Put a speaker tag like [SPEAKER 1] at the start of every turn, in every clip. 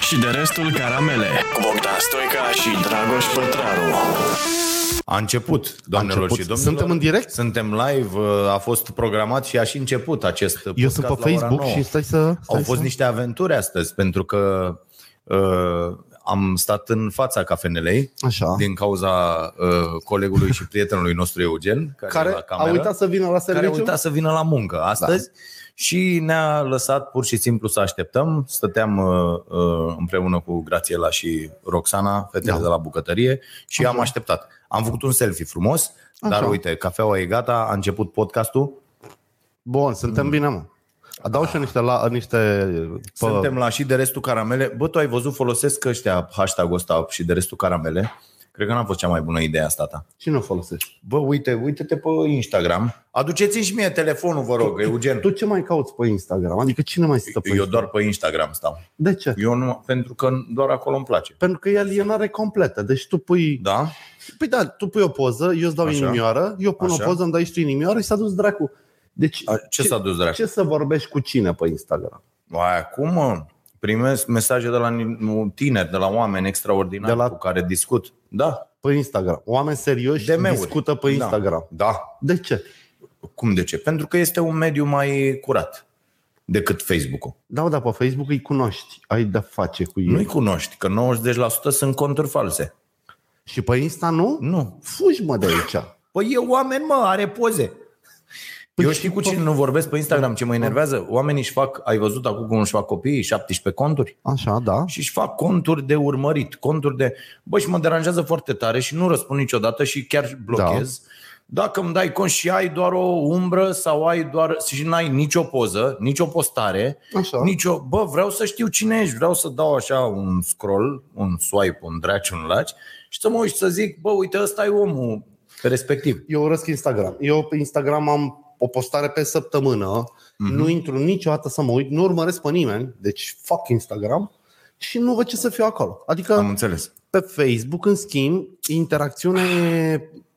[SPEAKER 1] și de restul caramele cu Bogdan Stoica și Dragoș Pătraru.
[SPEAKER 2] A început, doamnelor
[SPEAKER 3] A început.
[SPEAKER 2] și domnilor.
[SPEAKER 3] Suntem în direct?
[SPEAKER 2] Suntem live, uh, a fost programat și a și început acest podcast
[SPEAKER 3] Eu sunt pe
[SPEAKER 2] la ora
[SPEAKER 3] Facebook
[SPEAKER 2] nouă.
[SPEAKER 3] și stai să... Stai
[SPEAKER 2] Au fost
[SPEAKER 3] să...
[SPEAKER 2] niște aventuri astăzi, pentru că uh, am stat în fața cafenelei
[SPEAKER 3] Așa.
[SPEAKER 2] din cauza uh, colegului și prietenului nostru Eugen, care, e la
[SPEAKER 3] Care
[SPEAKER 2] cameră,
[SPEAKER 3] a uitat să vină la
[SPEAKER 2] care a
[SPEAKER 3] serviciu?
[SPEAKER 2] uitat să vină la muncă astăzi. Da. Și ne-a lăsat pur și simplu să așteptăm. Stăteam uh, uh, împreună cu Grațiela și Roxana, fetele da.
[SPEAKER 3] Da.
[SPEAKER 2] de la bucătărie, și am așteptat. Am făcut un selfie frumos, dar
[SPEAKER 3] Așa.
[SPEAKER 2] uite, cafeaua e gata, a început podcastul.
[SPEAKER 3] Bun, suntem
[SPEAKER 2] Mm.
[SPEAKER 3] bine, mă. Adau și eu niște, la, niște
[SPEAKER 2] Pă. Suntem la și de restul caramele. Bă, tu ai văzut, folosesc ăștia hashtag-ul ăsta și de restul caramele. Cred că n-a fost cea mai bună idee asta ta.
[SPEAKER 3] Cine o folosești?
[SPEAKER 2] Bă, uite, uite-te pe Instagram. Aduceți-mi și mie telefonul, vă rog, Eugen.
[SPEAKER 3] Tu ce mai cauți pe Instagram? Adică cine mai stă pe
[SPEAKER 2] Eu
[SPEAKER 3] Instagram?
[SPEAKER 2] doar pe Instagram stau.
[SPEAKER 3] De ce?
[SPEAKER 2] Eu nu, pentru că doar acolo îmi place.
[SPEAKER 3] Pentru că e alienare completă. Deci tu pui...
[SPEAKER 2] Da?
[SPEAKER 3] Păi da, tu pui o poză, eu îți dau
[SPEAKER 2] Așa.
[SPEAKER 3] inimioară, eu pun
[SPEAKER 2] Așa.
[SPEAKER 3] o poză, îmi dai și tu inimioară și s-a dus dracu. Deci
[SPEAKER 2] A, ce, s-a dus, dracu?
[SPEAKER 3] ce să vorbești cu cine pe Instagram?
[SPEAKER 2] Mai acum mă, primesc mesaje de la ni- tineri, de la oameni extraordinari
[SPEAKER 3] De la-
[SPEAKER 2] cu care discut. Da,
[SPEAKER 3] Pe Instagram. Oameni serioși
[SPEAKER 2] DM-uri.
[SPEAKER 3] discută pe Instagram.
[SPEAKER 2] Da. da.
[SPEAKER 3] De ce?
[SPEAKER 2] Cum de ce? Pentru că este un mediu mai curat decât Facebook-ul.
[SPEAKER 3] Da, da, pe Facebook îi cunoști, ai de face cu ei.
[SPEAKER 2] Nu-i cunoști, că 90% sunt conturi false.
[SPEAKER 3] Și pe Insta nu?
[SPEAKER 2] Nu.
[SPEAKER 3] Fugi mă de aici.
[SPEAKER 2] Păi e oameni, mă, are poze. Păi Eu știi cu cine nu vorbesc pe Instagram, ce mă enervează? Oamenii își fac, ai văzut acum cum își fac copiii, 17 conturi?
[SPEAKER 3] Așa, da.
[SPEAKER 2] Și își fac conturi de urmărit, conturi de... Bă, și mă deranjează foarte tare și nu răspund niciodată și chiar blochez. Da. Dacă îmi dai cont și ai doar o umbră sau ai doar... și n-ai nicio poză, nicio postare,
[SPEAKER 3] Așa.
[SPEAKER 2] nicio... Bă, vreau să știu cine ești, vreau să dau așa un scroll, un swipe, un draci, un laci și să mă uit și să zic, bă, uite, ăsta e omul respectiv.
[SPEAKER 3] Eu urăsc Instagram. Eu pe Instagram am o postare pe săptămână,
[SPEAKER 2] Mhm.
[SPEAKER 3] nu intru niciodată să mă uit, nu urmăresc pe nimeni, deci fac Instagram și nu văd ce să fiu acolo. Adică
[SPEAKER 2] Am înțeles.
[SPEAKER 3] Pe Facebook, în schimb, interacțiune,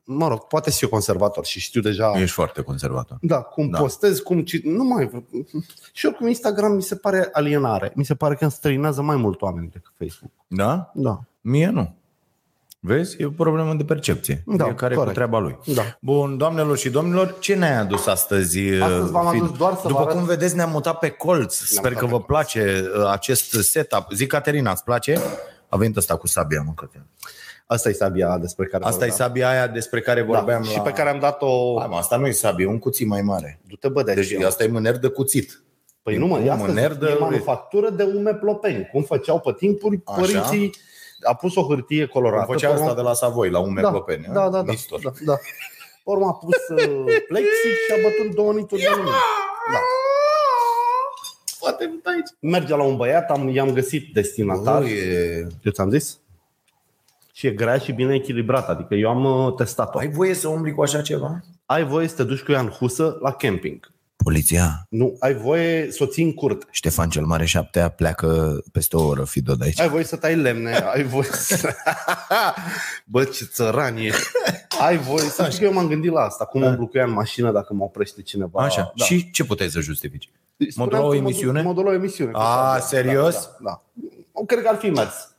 [SPEAKER 3] mă rog, poate și eu conservator și știu deja,
[SPEAKER 2] Ești foarte conservator.
[SPEAKER 3] da, cum
[SPEAKER 2] Da.
[SPEAKER 3] da. postez, cum ci... nu mai Și oricum Instagram mi se pare alienare, mi se pare că înstrăinează mai mult oameni decât Facebook.
[SPEAKER 2] Da?
[SPEAKER 3] Da.
[SPEAKER 2] Mie nu. Vezi? E o problemă de percepție.
[SPEAKER 3] Da,
[SPEAKER 2] Fiecare cu
[SPEAKER 3] corect.
[SPEAKER 2] treaba lui.
[SPEAKER 3] Da.
[SPEAKER 2] Bun, doamnelor și domnilor, ce ne-ai adus astăzi? uh,
[SPEAKER 3] Astăzi v-am
[SPEAKER 2] Fid?
[SPEAKER 3] adus doar să vă
[SPEAKER 2] După
[SPEAKER 3] arăt-
[SPEAKER 2] cum vedeți, ne-am mutat pe colț. Sper
[SPEAKER 3] mutat
[SPEAKER 2] că
[SPEAKER 3] pe
[SPEAKER 2] vă
[SPEAKER 3] colț.
[SPEAKER 2] place uh, acest setup. Zic, Caterina, îți place? A venit ăsta cu sabia, mă, Cătin.
[SPEAKER 3] Asta e sabia despre care
[SPEAKER 2] Asta e
[SPEAKER 3] vorbeam.
[SPEAKER 2] sabia aia despre care vorbeam
[SPEAKER 3] da.
[SPEAKER 2] la...
[SPEAKER 3] Și pe care am dat-o...
[SPEAKER 2] Hai, mă, asta nu e sabie, e un cuțit mai mare.
[SPEAKER 3] Du-te bă de aici.
[SPEAKER 2] Deci asta e mâner de cuțit.
[SPEAKER 3] Păi nu mă,
[SPEAKER 2] Nu,
[SPEAKER 3] e,
[SPEAKER 2] mă,
[SPEAKER 3] astăzi,
[SPEAKER 2] nerdă-
[SPEAKER 3] e manufactură de ume plopeni, cum făceau pe timpuri
[SPEAKER 2] Așa.
[SPEAKER 3] părinții... A pus o hârtie colorată.
[SPEAKER 2] Cum făcea
[SPEAKER 3] pe urmă-
[SPEAKER 2] asta de la Savoi, la eh? ume plopene.
[SPEAKER 3] da, da, da,
[SPEAKER 2] Nistor.
[SPEAKER 3] da, da. Pe urmă a pus uh, plexi și a bătut două nituri de lumină. Da.
[SPEAKER 2] Poate nu aici.
[SPEAKER 3] Merge la un băiat, am, i-am găsit destinatar.
[SPEAKER 2] Natal e...
[SPEAKER 3] Eu ți-am zis? Și e grea și bine echilibrat, adică eu am uh, testat-o.
[SPEAKER 2] Ai
[SPEAKER 3] Ai,
[SPEAKER 2] voie să umbli cu așa ceva?
[SPEAKER 3] ai voie să te duci cu ea în husă la camping.
[SPEAKER 2] Poliția,
[SPEAKER 3] Nu, ai voie să o ții în curte.
[SPEAKER 2] Ștefan cel Mare șaptea, pleacă peste o oră, Fido, de aici.
[SPEAKER 3] Ai voie să tai lemne, ai voie să... Bă, ce țăran ești. Ai voie să... Știi că eu m-am gândit la asta, cum umblu cu ea în mașină dacă mă oprește cineva.
[SPEAKER 2] Da. Așa, da. și ce puteai să justifici?
[SPEAKER 3] Spuneam
[SPEAKER 2] Modula
[SPEAKER 3] că
[SPEAKER 2] o
[SPEAKER 3] modu-
[SPEAKER 2] emisiune?
[SPEAKER 3] Modula o emisiune.
[SPEAKER 2] A,
[SPEAKER 3] Da,
[SPEAKER 2] serios?
[SPEAKER 3] Da, da, da. Cred că ar fi mers.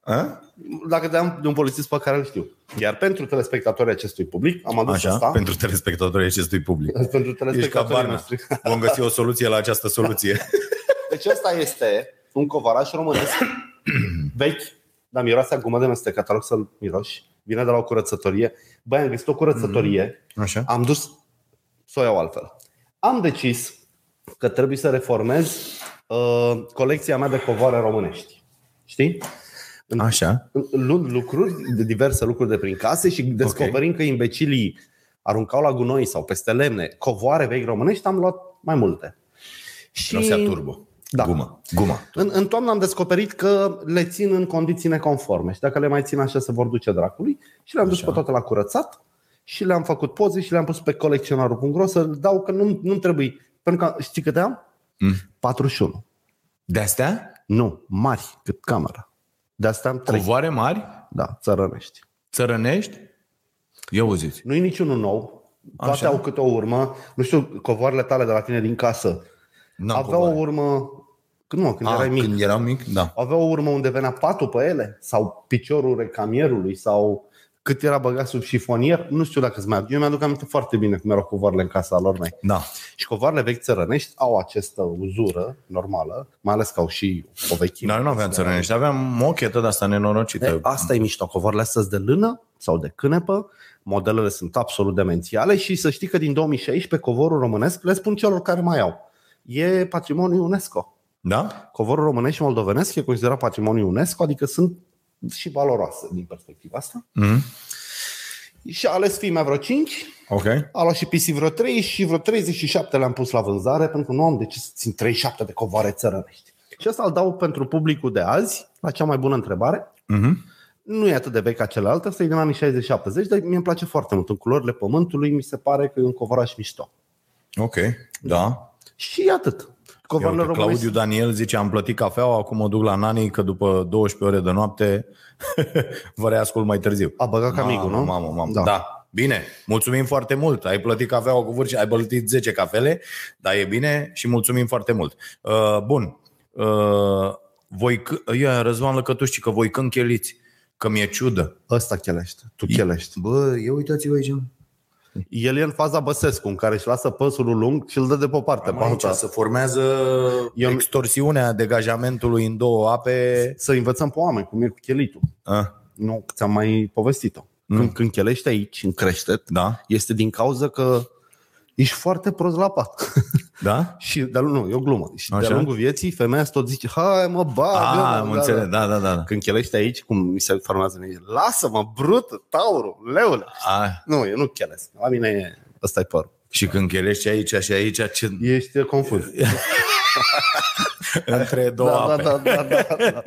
[SPEAKER 2] A?
[SPEAKER 3] Dacă de-am de un polițist pe care îl știu. Iar pentru telespectatorii acestui public, am adus
[SPEAKER 2] Așa,
[SPEAKER 3] asta.
[SPEAKER 2] pentru telespectatorii acestui public.
[SPEAKER 3] pentru
[SPEAKER 2] Ești ca
[SPEAKER 3] telespectatorii
[SPEAKER 2] Barna.
[SPEAKER 3] noștri.
[SPEAKER 2] Vom găsi o soluție la această soluție.
[SPEAKER 3] Deci asta este un covaraș românesc vechi, dar miroase a gumă de mestecat, te rog să-l miroși. Vine de la o curățătorie. Băi, am găsit o curățătorie,
[SPEAKER 2] Așa.
[SPEAKER 3] am dus să o iau altfel. Am decis că trebuie să reformez uh, colecția mea de covoare românești. Știi? În
[SPEAKER 2] Așa.
[SPEAKER 3] luând lucruri, de diverse lucruri de prin case și descoperim că imbecilii aruncau la gunoi sau peste lemne covoare vechi românești, am luat mai multe. Și
[SPEAKER 2] Mirosea turbo.
[SPEAKER 3] Da.
[SPEAKER 2] Guma. Guma.
[SPEAKER 3] În, în toamnă am descoperit că le țin în condiții neconforme și dacă le mai țin așa se vor duce dracului și le-am dus pe toate la curățat și le-am făcut poze și le-am pus pe colecționarul.ro să dau că nu, nu trebuie. Pentru că știi câte am?
[SPEAKER 2] Mm.
[SPEAKER 3] 41.
[SPEAKER 2] De-astea?
[SPEAKER 3] Nu, mari cât camera. De asta am 3.
[SPEAKER 2] Covoare mari?
[SPEAKER 3] Da, țărănești.
[SPEAKER 2] Țărănești? Ia uziți.
[SPEAKER 3] Nu e niciunul nou. Toate
[SPEAKER 2] Așa.
[SPEAKER 3] Așa. au câte o urmă. Nu știu, covoarele tale de la tine din casă
[SPEAKER 2] N-am
[SPEAKER 3] aveau
[SPEAKER 2] covoare. Ah,
[SPEAKER 3] o urmă Când, nu, când A, erai mic.
[SPEAKER 2] Când eram mic, da.
[SPEAKER 3] Avea o urmă unde venea patul pe ele sau piciorul recamierului sau cât era băgat sub șifonier, nu știu dacă îți mai aduc. Eu mi-aduc aminte foarte bine cum erau covoarele în casa lor mei.
[SPEAKER 2] Da.
[SPEAKER 3] Și covoarele vechi țărănești au această uzură normală, mai ales că au și o vechime.
[SPEAKER 2] Noi nu aveam țărănești, aveam mochetă de asta nenorocită.
[SPEAKER 3] E, asta e mișto, covoarele astea de lână sau de cânepă, modelele sunt absolut demențiale și să știi că din 2016 covorul românesc le spun celor care mai au. E patrimoniu UNESCO.
[SPEAKER 2] Da?
[SPEAKER 3] Covorul românesc și moldovenesc e considerat patrimoniu UNESCO, adică sunt și valoroasă din perspectiva asta.
[SPEAKER 2] Mm.
[SPEAKER 3] Și a ales fimea vreo 5,
[SPEAKER 2] Ok.
[SPEAKER 3] a luat și PC vreo 3 și vreo 37 le-am pus la vânzare pentru că nu am de ce să țin 37 de covoare țărănești. Și asta îl dau pentru publicul de azi, la cea mai bună întrebare.
[SPEAKER 2] Mhm.
[SPEAKER 3] Nu e atât de vechi ca celălalt, asta e din anii 60-70, dar mie îmi place foarte mult. În culorile pământului mi se pare că e un covoraș mișto.
[SPEAKER 2] Ok, da.
[SPEAKER 3] Și atât.
[SPEAKER 2] Ia
[SPEAKER 3] Covoarele
[SPEAKER 2] uite,
[SPEAKER 3] românești
[SPEAKER 2] Claudiu Daniel zice, am plătit cafeaua, acum mă duc la nani, că după 12 ore de noapte vă reascult mai târziu.
[SPEAKER 3] a băgat ca migul,
[SPEAKER 2] Mamă,
[SPEAKER 3] nu?
[SPEAKER 2] Mamă, mamă, da.
[SPEAKER 3] Da.
[SPEAKER 2] da. Bine, mulțumim foarte mult. Ai plătit cafeaua cu vârci, ai plătit 10 cafele, dar e bine și mulțumim foarte mult. Uh, bun. Uh, voi, c- ia, Răzvan Lăcătușci, că voi când cheliți, că mi-e ciudă.
[SPEAKER 3] Ăsta chelește, tu chelești.
[SPEAKER 2] Bă, ia uitați-vă aici.
[SPEAKER 3] El e în faza Băsescu, în care își lasă păsul lung și îl dă de pe o parte. pe
[SPEAKER 2] Aici
[SPEAKER 3] alta.
[SPEAKER 2] se formează
[SPEAKER 3] Eu-
[SPEAKER 2] extorsiunea degajamentului în două ape.
[SPEAKER 3] Să învățăm pe oameni cum e cu chelitul.
[SPEAKER 2] Ah,
[SPEAKER 3] nu ți-am mai povestit-o. Când, mm. când chelești aici, în creștet,
[SPEAKER 2] da,
[SPEAKER 3] este din cauza că ești foarte prost la pat.
[SPEAKER 2] da?
[SPEAKER 3] și, dar nu, e o glumă. Și
[SPEAKER 2] Așa.
[SPEAKER 3] de-a lungul vieții, femeia îți tot zice, hai mă, ba,
[SPEAKER 2] Ah,
[SPEAKER 3] da,
[SPEAKER 2] am înțeles, da, da, da. da.
[SPEAKER 3] Când chelești aici, cum mi se formează mie, lasă-mă, brut, taurul, leule.
[SPEAKER 2] Ah,
[SPEAKER 3] Nu, eu nu chelesc. La mine e, ăsta e părul.
[SPEAKER 2] și când chelești aici și aici, ce...
[SPEAKER 3] Ești confuz.
[SPEAKER 2] între două
[SPEAKER 3] Da,
[SPEAKER 2] ape.
[SPEAKER 3] da, da, da, da, da.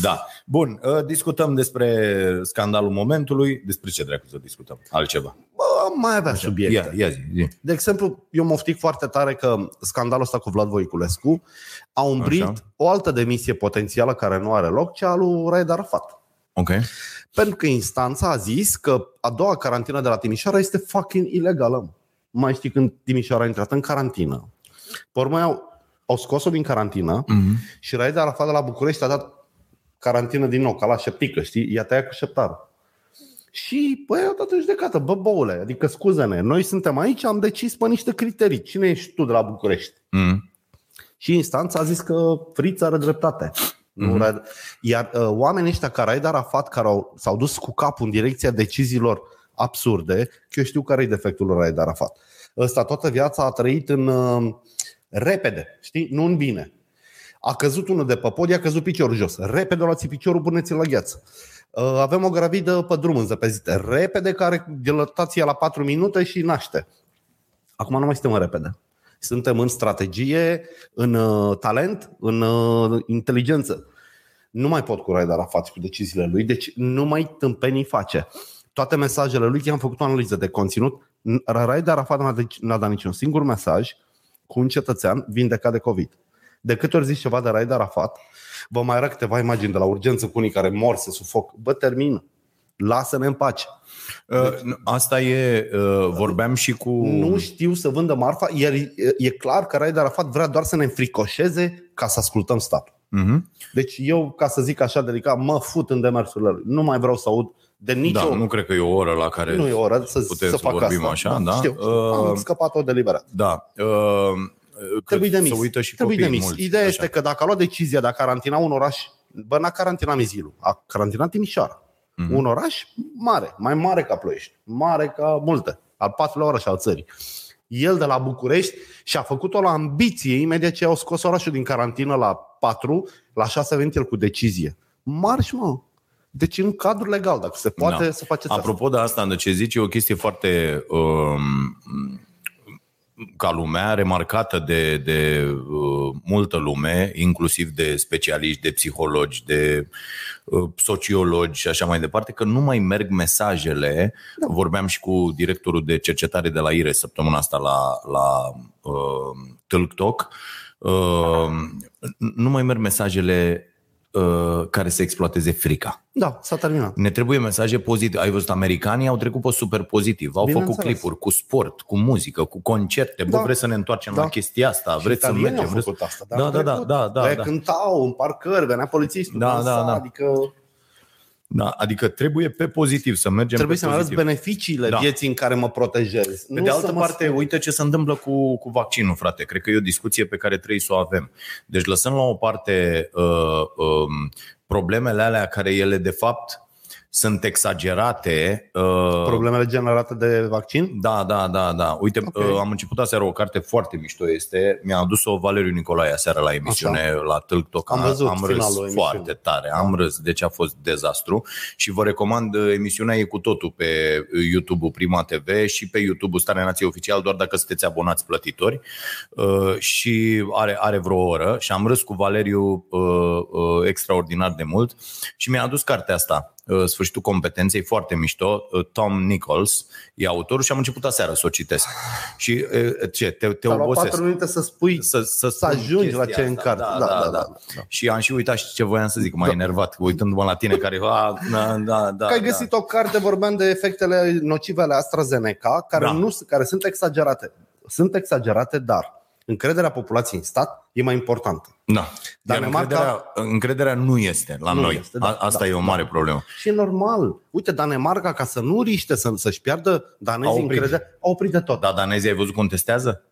[SPEAKER 2] Da. Bun, uh, discutăm despre scandalul momentului. Despre ce dracu să discutăm? Altceva.
[SPEAKER 3] Bă, mai avea subiecte.
[SPEAKER 2] Ia, ia zi, zi.
[SPEAKER 3] De exemplu, eu moftic foarte tare că scandalul ăsta cu Vlad Voiculescu a umbrit
[SPEAKER 2] Așa.
[SPEAKER 3] Așa. o altă demisie potențială care nu are loc, cea a lui Raed Arafat.
[SPEAKER 2] Ok.
[SPEAKER 3] Pentru că instanța a zis că a doua carantină de la Timișoara este fucking ilegală. mă. Mai știi când Timișoara a intrat în carantină. Pe urmă au, au scos-o din carantină mm-hmm. și Raed Arafat de la București a dat carantină din nou, ca la șeptică, știi? I-a tăiat cu șeptarul. Și, băi, au dat în judecată, bă, băule, adică scuze-ne, noi suntem aici, am decis pe niște criterii. Cine ești tu de la București?
[SPEAKER 2] Mm.
[SPEAKER 3] Și instanța a zis că Friț are dreptate. Nu mm-hmm. Iar uh, oamenii ăștia care ai Arafat, care au, s-au dus cu capul în direcția deciziilor absurde, că eu știu care e defectul lui Raed Arafat. Ăsta toată viața a trăit în uh, repede, știi? Nu în bine. A căzut unul de pe pod, i-a căzut piciorul jos. Repede o luați piciorul, puneți-l la gheață. Uh, Avem o gravidă pe drum înzăpezită. Repede, care dilatația la 4 minute și naște. Acum nu mai suntem în repede. Suntem în strategie, în uh, talent, în uh, inteligență. Nu mai pot cu Raed Arafat și cu deciziile lui, deci nu mai tâmpenii face. Toate mesajele lui, că am făcut o analiză de conținut, N- Raed Arafat n-a, deci- n-a dat niciun singur mesaj cu un cetățean vindecat de COVID. De câte ori zici ceva de Raed Arafat, vă mai arăt câteva imagini de la urgență cu unii care mor, se sufoc. Bă, termină. Lasă-ne în pace.
[SPEAKER 2] Uh, n- Asta e, uh, vorbeam și cu...
[SPEAKER 3] Nu știu să vândă marfa, iar e, e clar că Raed Arafat vrea doar să ne înfricoșeze ca să ascultăm statul.
[SPEAKER 2] Mhm.
[SPEAKER 3] Deci eu, ca să zic așa delicat, mă fut în demersurile lui. Nu mai vreau să aud de
[SPEAKER 2] Da,
[SPEAKER 3] nicio...
[SPEAKER 2] nu cred că e o oră la care...
[SPEAKER 3] nu e oră să,
[SPEAKER 2] putem
[SPEAKER 3] să
[SPEAKER 2] să
[SPEAKER 3] fac
[SPEAKER 2] vorbim
[SPEAKER 3] asta.
[SPEAKER 2] așa, da?
[SPEAKER 3] Știu,
[SPEAKER 2] Uh,
[SPEAKER 3] am scăpat-o deliberat.
[SPEAKER 2] Da. Uh, cred
[SPEAKER 3] Trebuie
[SPEAKER 2] că
[SPEAKER 3] demis.
[SPEAKER 2] Se uită și
[SPEAKER 3] Trebuie
[SPEAKER 2] copiii
[SPEAKER 3] demis.
[SPEAKER 2] mulți,
[SPEAKER 3] Ideea
[SPEAKER 2] așa.
[SPEAKER 3] este că dacă a luat decizia de a carantina un oraș, bă, n-a carantinat Mizilu, a carantinat Timișoara.
[SPEAKER 2] Mhm.
[SPEAKER 3] Mm-hmm. Un oraș mare, mai mare ca Ploiești, mare ca multe, al patrulea oraș al țării. El de la București și-a făcut-o la ambiție imediat ce au scos orașul din carantină la 4, la 6 a venit el cu decizie. Marș, mă! Deci în cadrul legal, dacă se poate
[SPEAKER 2] Da.
[SPEAKER 3] să faceți asta.
[SPEAKER 2] Apropo de asta, de ce zici, e o chestie foarte um, ca lumea, remarcată de, de uh, multă lume, inclusiv de specialiști, de psihologi, de uh, sociologi și așa mai departe, că nu mai merg mesajele. Da. Vorbeam și cu directorul de cercetare de la IRE săptămâna asta la, la uh, TikTok. Uh, nu mai merg mesajele uh, care să exploateze frica.
[SPEAKER 3] Da, s-a terminat.
[SPEAKER 2] Ne trebuie mesaje pozitive. Ai văzut, americanii au trecut pe super pozitiv. Au
[SPEAKER 3] Bine
[SPEAKER 2] făcut
[SPEAKER 3] înțeles.
[SPEAKER 2] clipuri cu sport, cu muzică, cu concerte. Bă,
[SPEAKER 3] Da.
[SPEAKER 2] vreți să ne întoarcem
[SPEAKER 3] Da.
[SPEAKER 2] la chestia asta? Vreți să
[SPEAKER 3] Italienii
[SPEAKER 2] mergem?
[SPEAKER 3] au
[SPEAKER 2] Vreți...
[SPEAKER 3] făcut asta. dar
[SPEAKER 2] Da,
[SPEAKER 3] au
[SPEAKER 2] da, da,
[SPEAKER 3] trecut. Păi
[SPEAKER 2] da, da,
[SPEAKER 3] Aia
[SPEAKER 2] da.
[SPEAKER 3] cântau în parcări, venea polițistul,
[SPEAKER 2] Da,
[SPEAKER 3] dansa,
[SPEAKER 2] da, da.
[SPEAKER 3] adică
[SPEAKER 2] Da, adică trebuie pe pozitiv să mergem
[SPEAKER 3] Trebuie
[SPEAKER 2] pe
[SPEAKER 3] să-mi arăți
[SPEAKER 2] pozitiv.
[SPEAKER 3] beneficiile
[SPEAKER 2] Da.
[SPEAKER 3] vieții în care mă protejez.
[SPEAKER 2] Pe de
[SPEAKER 3] să
[SPEAKER 2] altă
[SPEAKER 3] mă
[SPEAKER 2] parte, uite ce se întâmplă cu, cu vaccinul, frate. Cred că e o discuție pe care trebuie să o avem. Deci lăsăm la o parte uh, um, problemele alea care ele de fapt sunt exagerate. Uh,
[SPEAKER 3] Problemele generate de vaccin?
[SPEAKER 2] da, da, da, da. Uite,
[SPEAKER 3] Ok.
[SPEAKER 2] okay. am început aseară o carte foarte mișto este. Mi-a adus-o Valeriu Nicolae aseară la emisiune, Așa. la Tâlc Toca.
[SPEAKER 3] Am văzut
[SPEAKER 2] am râs
[SPEAKER 3] finalul emisiunii. Da.
[SPEAKER 2] foarte tare, am râs, deci a fost dezastru. Și vă recomand, uh, emisiunea e cu totul pe uh, YouTube-ul Prima TV și pe YouTube-ul Starea Nației Oficial, doar dacă sunteți abonați plătitori. Uh, Și are, are vreo oră și am râs cu Valeriu uh, uh, extraordinar de mult și mi-a adus cartea asta. uh, Sfârșitul competenței, foarte mișto, uh, Tom Nichols e autorul și am început aseară să o citesc. Și uh, ce, te, te
[SPEAKER 3] Te-a luat patru
[SPEAKER 2] obosesc Da,
[SPEAKER 3] minute să spui
[SPEAKER 2] să, să,
[SPEAKER 3] să
[SPEAKER 2] spun
[SPEAKER 3] ajungi la
[SPEAKER 2] chestia
[SPEAKER 3] ce în
[SPEAKER 2] asta.
[SPEAKER 3] carte.
[SPEAKER 2] Da, da, da, da. Și am și uitat și ce voiam să zic, m-a enervat, uitându-mă la tine care... A, da, da, da,
[SPEAKER 3] Da. Că ai
[SPEAKER 2] da.
[SPEAKER 3] găsit o carte, vorbeam de efectele nocive ale AstraZeneca, care,
[SPEAKER 2] Da.
[SPEAKER 3] nu, sunt- care sunt exagerate. Sunt exagerate, dar încrederea populației în stat e mai importantă.
[SPEAKER 2] Da.
[SPEAKER 3] Dar
[SPEAKER 2] Dar
[SPEAKER 3] ne marca-
[SPEAKER 2] încrederea, încrederea nu este la
[SPEAKER 3] Nu
[SPEAKER 2] noi.
[SPEAKER 3] este, da,
[SPEAKER 2] A- Asta
[SPEAKER 3] da,
[SPEAKER 2] e o mare problemă.
[SPEAKER 3] Și e normal. Uite, Danemarca, ca să nu riște să, să-și piardă danezii
[SPEAKER 2] Au oprit.
[SPEAKER 3] încrederea, au oprit de tot.
[SPEAKER 2] Da, danezii ai văzut cum testează?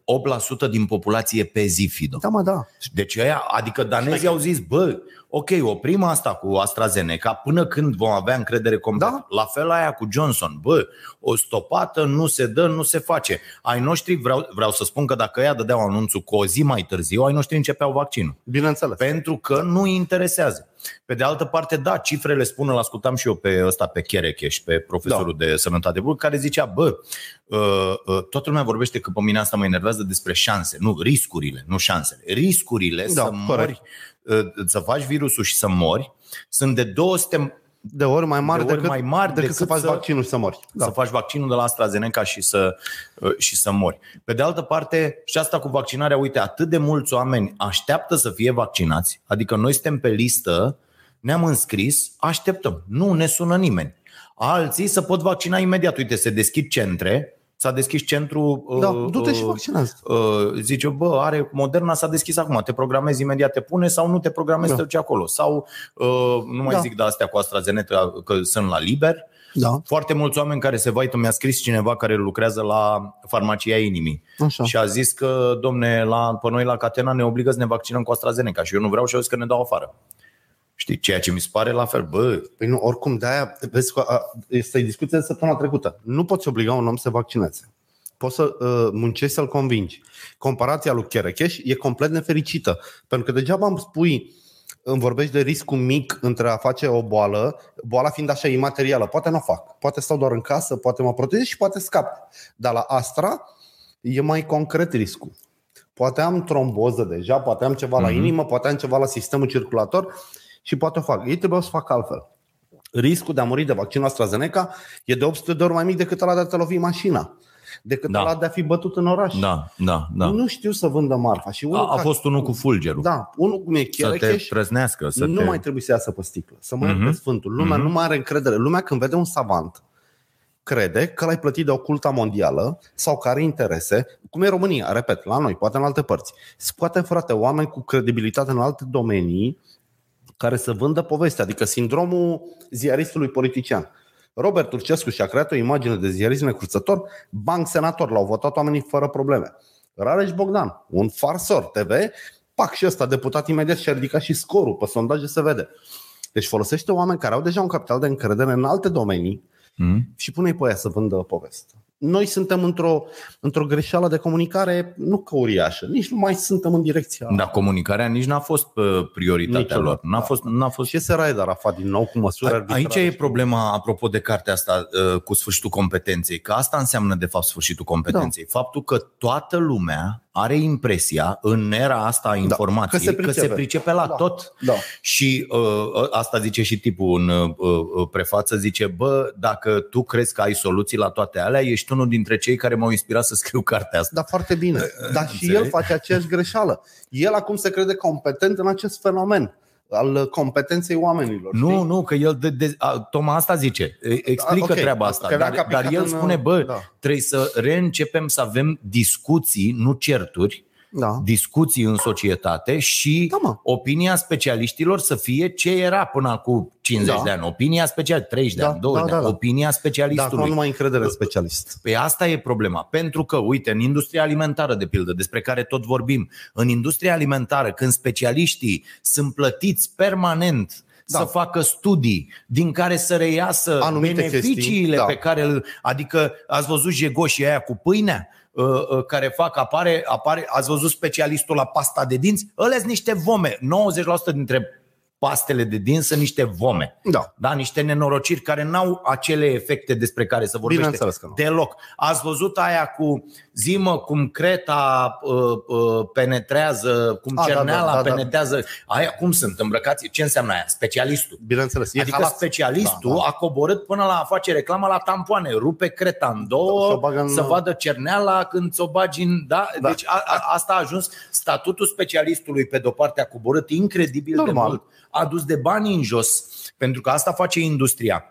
[SPEAKER 2] 8% din populație pe zi, Fido.
[SPEAKER 3] Da, mă, da.
[SPEAKER 2] Deci aia, adică danezii au zis, bă, ok, oprim asta cu AstraZeneca până când vom avea încredere complet.
[SPEAKER 3] Da.
[SPEAKER 2] La fel aia cu Johnson, bă, o stopată nu se dă, nu se face. Ai noștri, vreau, vreau să spun că dacă ea dădeau anunțul cu o zi mai târziu, ai noștri începeau vaccinul.
[SPEAKER 3] Bineînțeles.
[SPEAKER 2] Pentru că nu îi interesează. Pe de altă parte, da, cifrele spun, îl ascultam și eu pe ăsta, pe Cherecheș, pe profesorul da. de sănătate publică, care zicea, bă, uh, uh, toată lumea vorbește că pe mine asta mă enervează despre șanse, nu, riscurile, nu șansele. Riscurile
[SPEAKER 3] Da,
[SPEAKER 2] da, să
[SPEAKER 3] corect.
[SPEAKER 2] mori, uh, să faci virusul și să mori, sunt de 200
[SPEAKER 3] De ori mai mari,
[SPEAKER 2] De ori
[SPEAKER 3] decât,
[SPEAKER 2] mai mari
[SPEAKER 3] decât,
[SPEAKER 2] decât
[SPEAKER 3] să faci
[SPEAKER 2] să-
[SPEAKER 3] vaccinul și să mori.
[SPEAKER 2] da. să faci vaccinul de la AstraZeneca și să, uh, și să mori. Pe de altă parte, și asta cu vaccinarea, uite, atât de mulți oameni așteaptă să fie vaccinați, adică noi suntem pe listă, ne-am înscris, așteptăm, nu ne sună nimeni. Alții se pot vaccina imediat, uite, se deschid centre, s-a deschis centru...
[SPEAKER 3] Da,
[SPEAKER 2] uh,
[SPEAKER 3] du-te și
[SPEAKER 2] uh,
[SPEAKER 3] vaccinează.
[SPEAKER 2] Uh, zice, bă, are Moderna s-a deschis acum, te programezi imediat, te pune sau nu te programezi,
[SPEAKER 3] Da.
[SPEAKER 2] da. te duci acolo. Sau, uh, nu mai
[SPEAKER 3] Da.
[SPEAKER 2] da. zic de astea cu AstraZeneca, că sunt la liber,
[SPEAKER 3] Da,
[SPEAKER 2] foarte mulți oameni care se vaită, mi-a scris cineva care lucrează la farmacia inimii
[SPEAKER 3] așa.
[SPEAKER 2] și a zis că, domne, la, pe noi la Catena ne obligă să ne vaccinăm cu AstraZeneca și eu nu vreau și au zis că ne dau afară. Știi, ceea ce mi se pare la fel, bă,
[SPEAKER 3] Păi nu, oricum, de-aia, vezi că a, este discuția de săptămâna trecută. Nu poți obliga un om să vaccineze. Poți să uh, muncești să-l convingi. Comparația lui Cherecheș e complet nefericită. Pentru că degeaba îmi spui, îmi vorbești de riscul mic între a face o boală, boala fiind așa imaterială. Poate nu o fac. Poate stau doar în casă, poate mă protejez și poate scap. Dar la Astra e mai concret riscul. Poate am tromboză deja, poate am ceva mm-hmm. la
[SPEAKER 2] Mhm.
[SPEAKER 3] inimă, poate am ceva la sistemul circulator și poate o fac. Ei trebuie să facă altfel riscul de a muri de vaccinul AstraZeneca e de 800 de ori mai mic decât ăla de a te lovi mașina, decât da.
[SPEAKER 2] Da.
[SPEAKER 3] ăla de a fi bătut în oraș.
[SPEAKER 2] da, da, da.
[SPEAKER 3] Nu știu să vândă marfa. Și unul
[SPEAKER 2] A, a
[SPEAKER 3] ca-
[SPEAKER 2] fost unul cu fulgerul.
[SPEAKER 3] Da, unul cum e
[SPEAKER 2] să te
[SPEAKER 3] Cherecheș,
[SPEAKER 2] trăznească, să
[SPEAKER 3] nu
[SPEAKER 2] te... Mhm.
[SPEAKER 3] mai trebuie să iasă pe sticlă, să mai mm-hmm. Sfântul. Lumea mm-hmm. nu mai are încredere. Lumea când vede un savant, crede că l-ai plătit de o culta mondială sau că are interese, cum e România, repet, la noi, poate în alte părți. Scoate, frate, oameni cu credibilitate în alte domenii care să vândă povestea, adică sindromul ziaristului politician. Robert Turcescu și-a creat o imagine de ziarist necruțător, banc senator, l-au votat oamenii fără probleme. Rareș Bogdan, un farsor TV, pac și ăsta, deputat imediat și-a ridicat și scorul, pe sondaje se vede. Deci folosește oameni care au deja un capital de încredere în alte domenii
[SPEAKER 2] Mm?
[SPEAKER 3] și pune-i pe aia să vândă povestea. Noi suntem într-o, într-o greșeală de comunicare, nu că uriașă, nici nu mai suntem în direcția
[SPEAKER 2] Dar comunicarea nici n-a fost uh, prioritatea
[SPEAKER 3] Niciodată. Da.
[SPEAKER 2] lor. N-a fost, n-a fost
[SPEAKER 3] Și este Raed Arafat din nou cu măsuri
[SPEAKER 2] A-
[SPEAKER 3] arbitrare.
[SPEAKER 2] Aici e problema, apropo de cartea asta uh, cu sfârșitul competenței, că asta înseamnă, de fapt, sfârșitul competenței. Da. Faptul că toată lumea are impresia, în era asta a informației,
[SPEAKER 3] Da, că se
[SPEAKER 2] că se
[SPEAKER 3] pricepe.
[SPEAKER 2] pricepe la
[SPEAKER 3] Da.
[SPEAKER 2] tot.
[SPEAKER 3] Da.
[SPEAKER 2] Și uh, asta zice și tipul în uh, uh, prefață, zice, bă, dacă tu crezi că ai soluții la toate alea, ești unul dintre cei care m-au inspirat să scriu cartea asta.
[SPEAKER 3] Dar foarte bine. Dar și
[SPEAKER 2] înțeleg.
[SPEAKER 3] el face aceeași greșeală. El acum se crede competent în acest fenomen. al competenței oamenilor.
[SPEAKER 2] Nu,
[SPEAKER 3] știi?
[SPEAKER 2] nu, că el de, de, a, Toma asta zice. E- Explică
[SPEAKER 3] A, ok,
[SPEAKER 2] treaba asta.
[SPEAKER 3] că era
[SPEAKER 2] Dar,
[SPEAKER 3] ca
[SPEAKER 2] dar
[SPEAKER 3] picat
[SPEAKER 2] el
[SPEAKER 3] în,
[SPEAKER 2] spune, bă,
[SPEAKER 3] da.
[SPEAKER 2] trebuie să reîncepem să avem discuții, nu certuri,
[SPEAKER 3] Da.
[SPEAKER 2] discuții în societate și
[SPEAKER 3] Da, mă.
[SPEAKER 2] opinia specialiștilor să fie ce era până acum 50
[SPEAKER 3] Da.
[SPEAKER 2] de ani. Opinia specială, 30 de
[SPEAKER 3] Da,
[SPEAKER 2] ani, 20
[SPEAKER 3] da,
[SPEAKER 2] de ani.
[SPEAKER 3] da, da.
[SPEAKER 2] Opinia
[SPEAKER 3] Dar
[SPEAKER 2] specialistului.
[SPEAKER 3] acum nu mai încredere în specialist.
[SPEAKER 2] Pe Păi asta e problema. Pentru că, uite, în industria alimentară, de pildă, despre care tot vorbim, în industria alimentară, când specialiștii sunt plătiți permanent da.
[SPEAKER 3] Da.
[SPEAKER 2] să facă studii din care să reiasă
[SPEAKER 3] Anumite
[SPEAKER 2] beneficiile
[SPEAKER 3] chestii, da.
[SPEAKER 2] pe care îl... Adică ați văzut jegoșii aia cu pâinea uh, uh, care fac, apare, apare, ați văzut specialistul la pasta de dinți, ăle sunt niște vome. 90% dintre pastele de dinți sunt niște vome.
[SPEAKER 3] Da.
[SPEAKER 2] Da, niște nenorociri care n-au acele efecte despre care se vorbește
[SPEAKER 3] Bineînțeles că nu.
[SPEAKER 2] deloc. Ați văzut aia cu zimă, cum creta uh, uh, penetrează, cum
[SPEAKER 3] A, da,
[SPEAKER 2] cerneala
[SPEAKER 3] da, da, da.
[SPEAKER 2] penetrează. Aia cum sunt îmbrăcați? Ce înseamnă aia? Specialistul.
[SPEAKER 3] Bineînțeles. E
[SPEAKER 2] adică
[SPEAKER 3] halat.
[SPEAKER 2] specialistul
[SPEAKER 3] Da,
[SPEAKER 2] a coborât până la a face reclamă la tampoane, rupe creta în
[SPEAKER 3] Da,
[SPEAKER 2] două,
[SPEAKER 3] și o bagă în-
[SPEAKER 2] să vadă cerneala când ți-o bagi în... Da?
[SPEAKER 3] Da.
[SPEAKER 2] Deci a, a, asta a ajuns, statutul specialistului pe de-o parte a coborât incredibil
[SPEAKER 3] Normal.
[SPEAKER 2] de mult, a dus de bani în jos, pentru că asta face industria.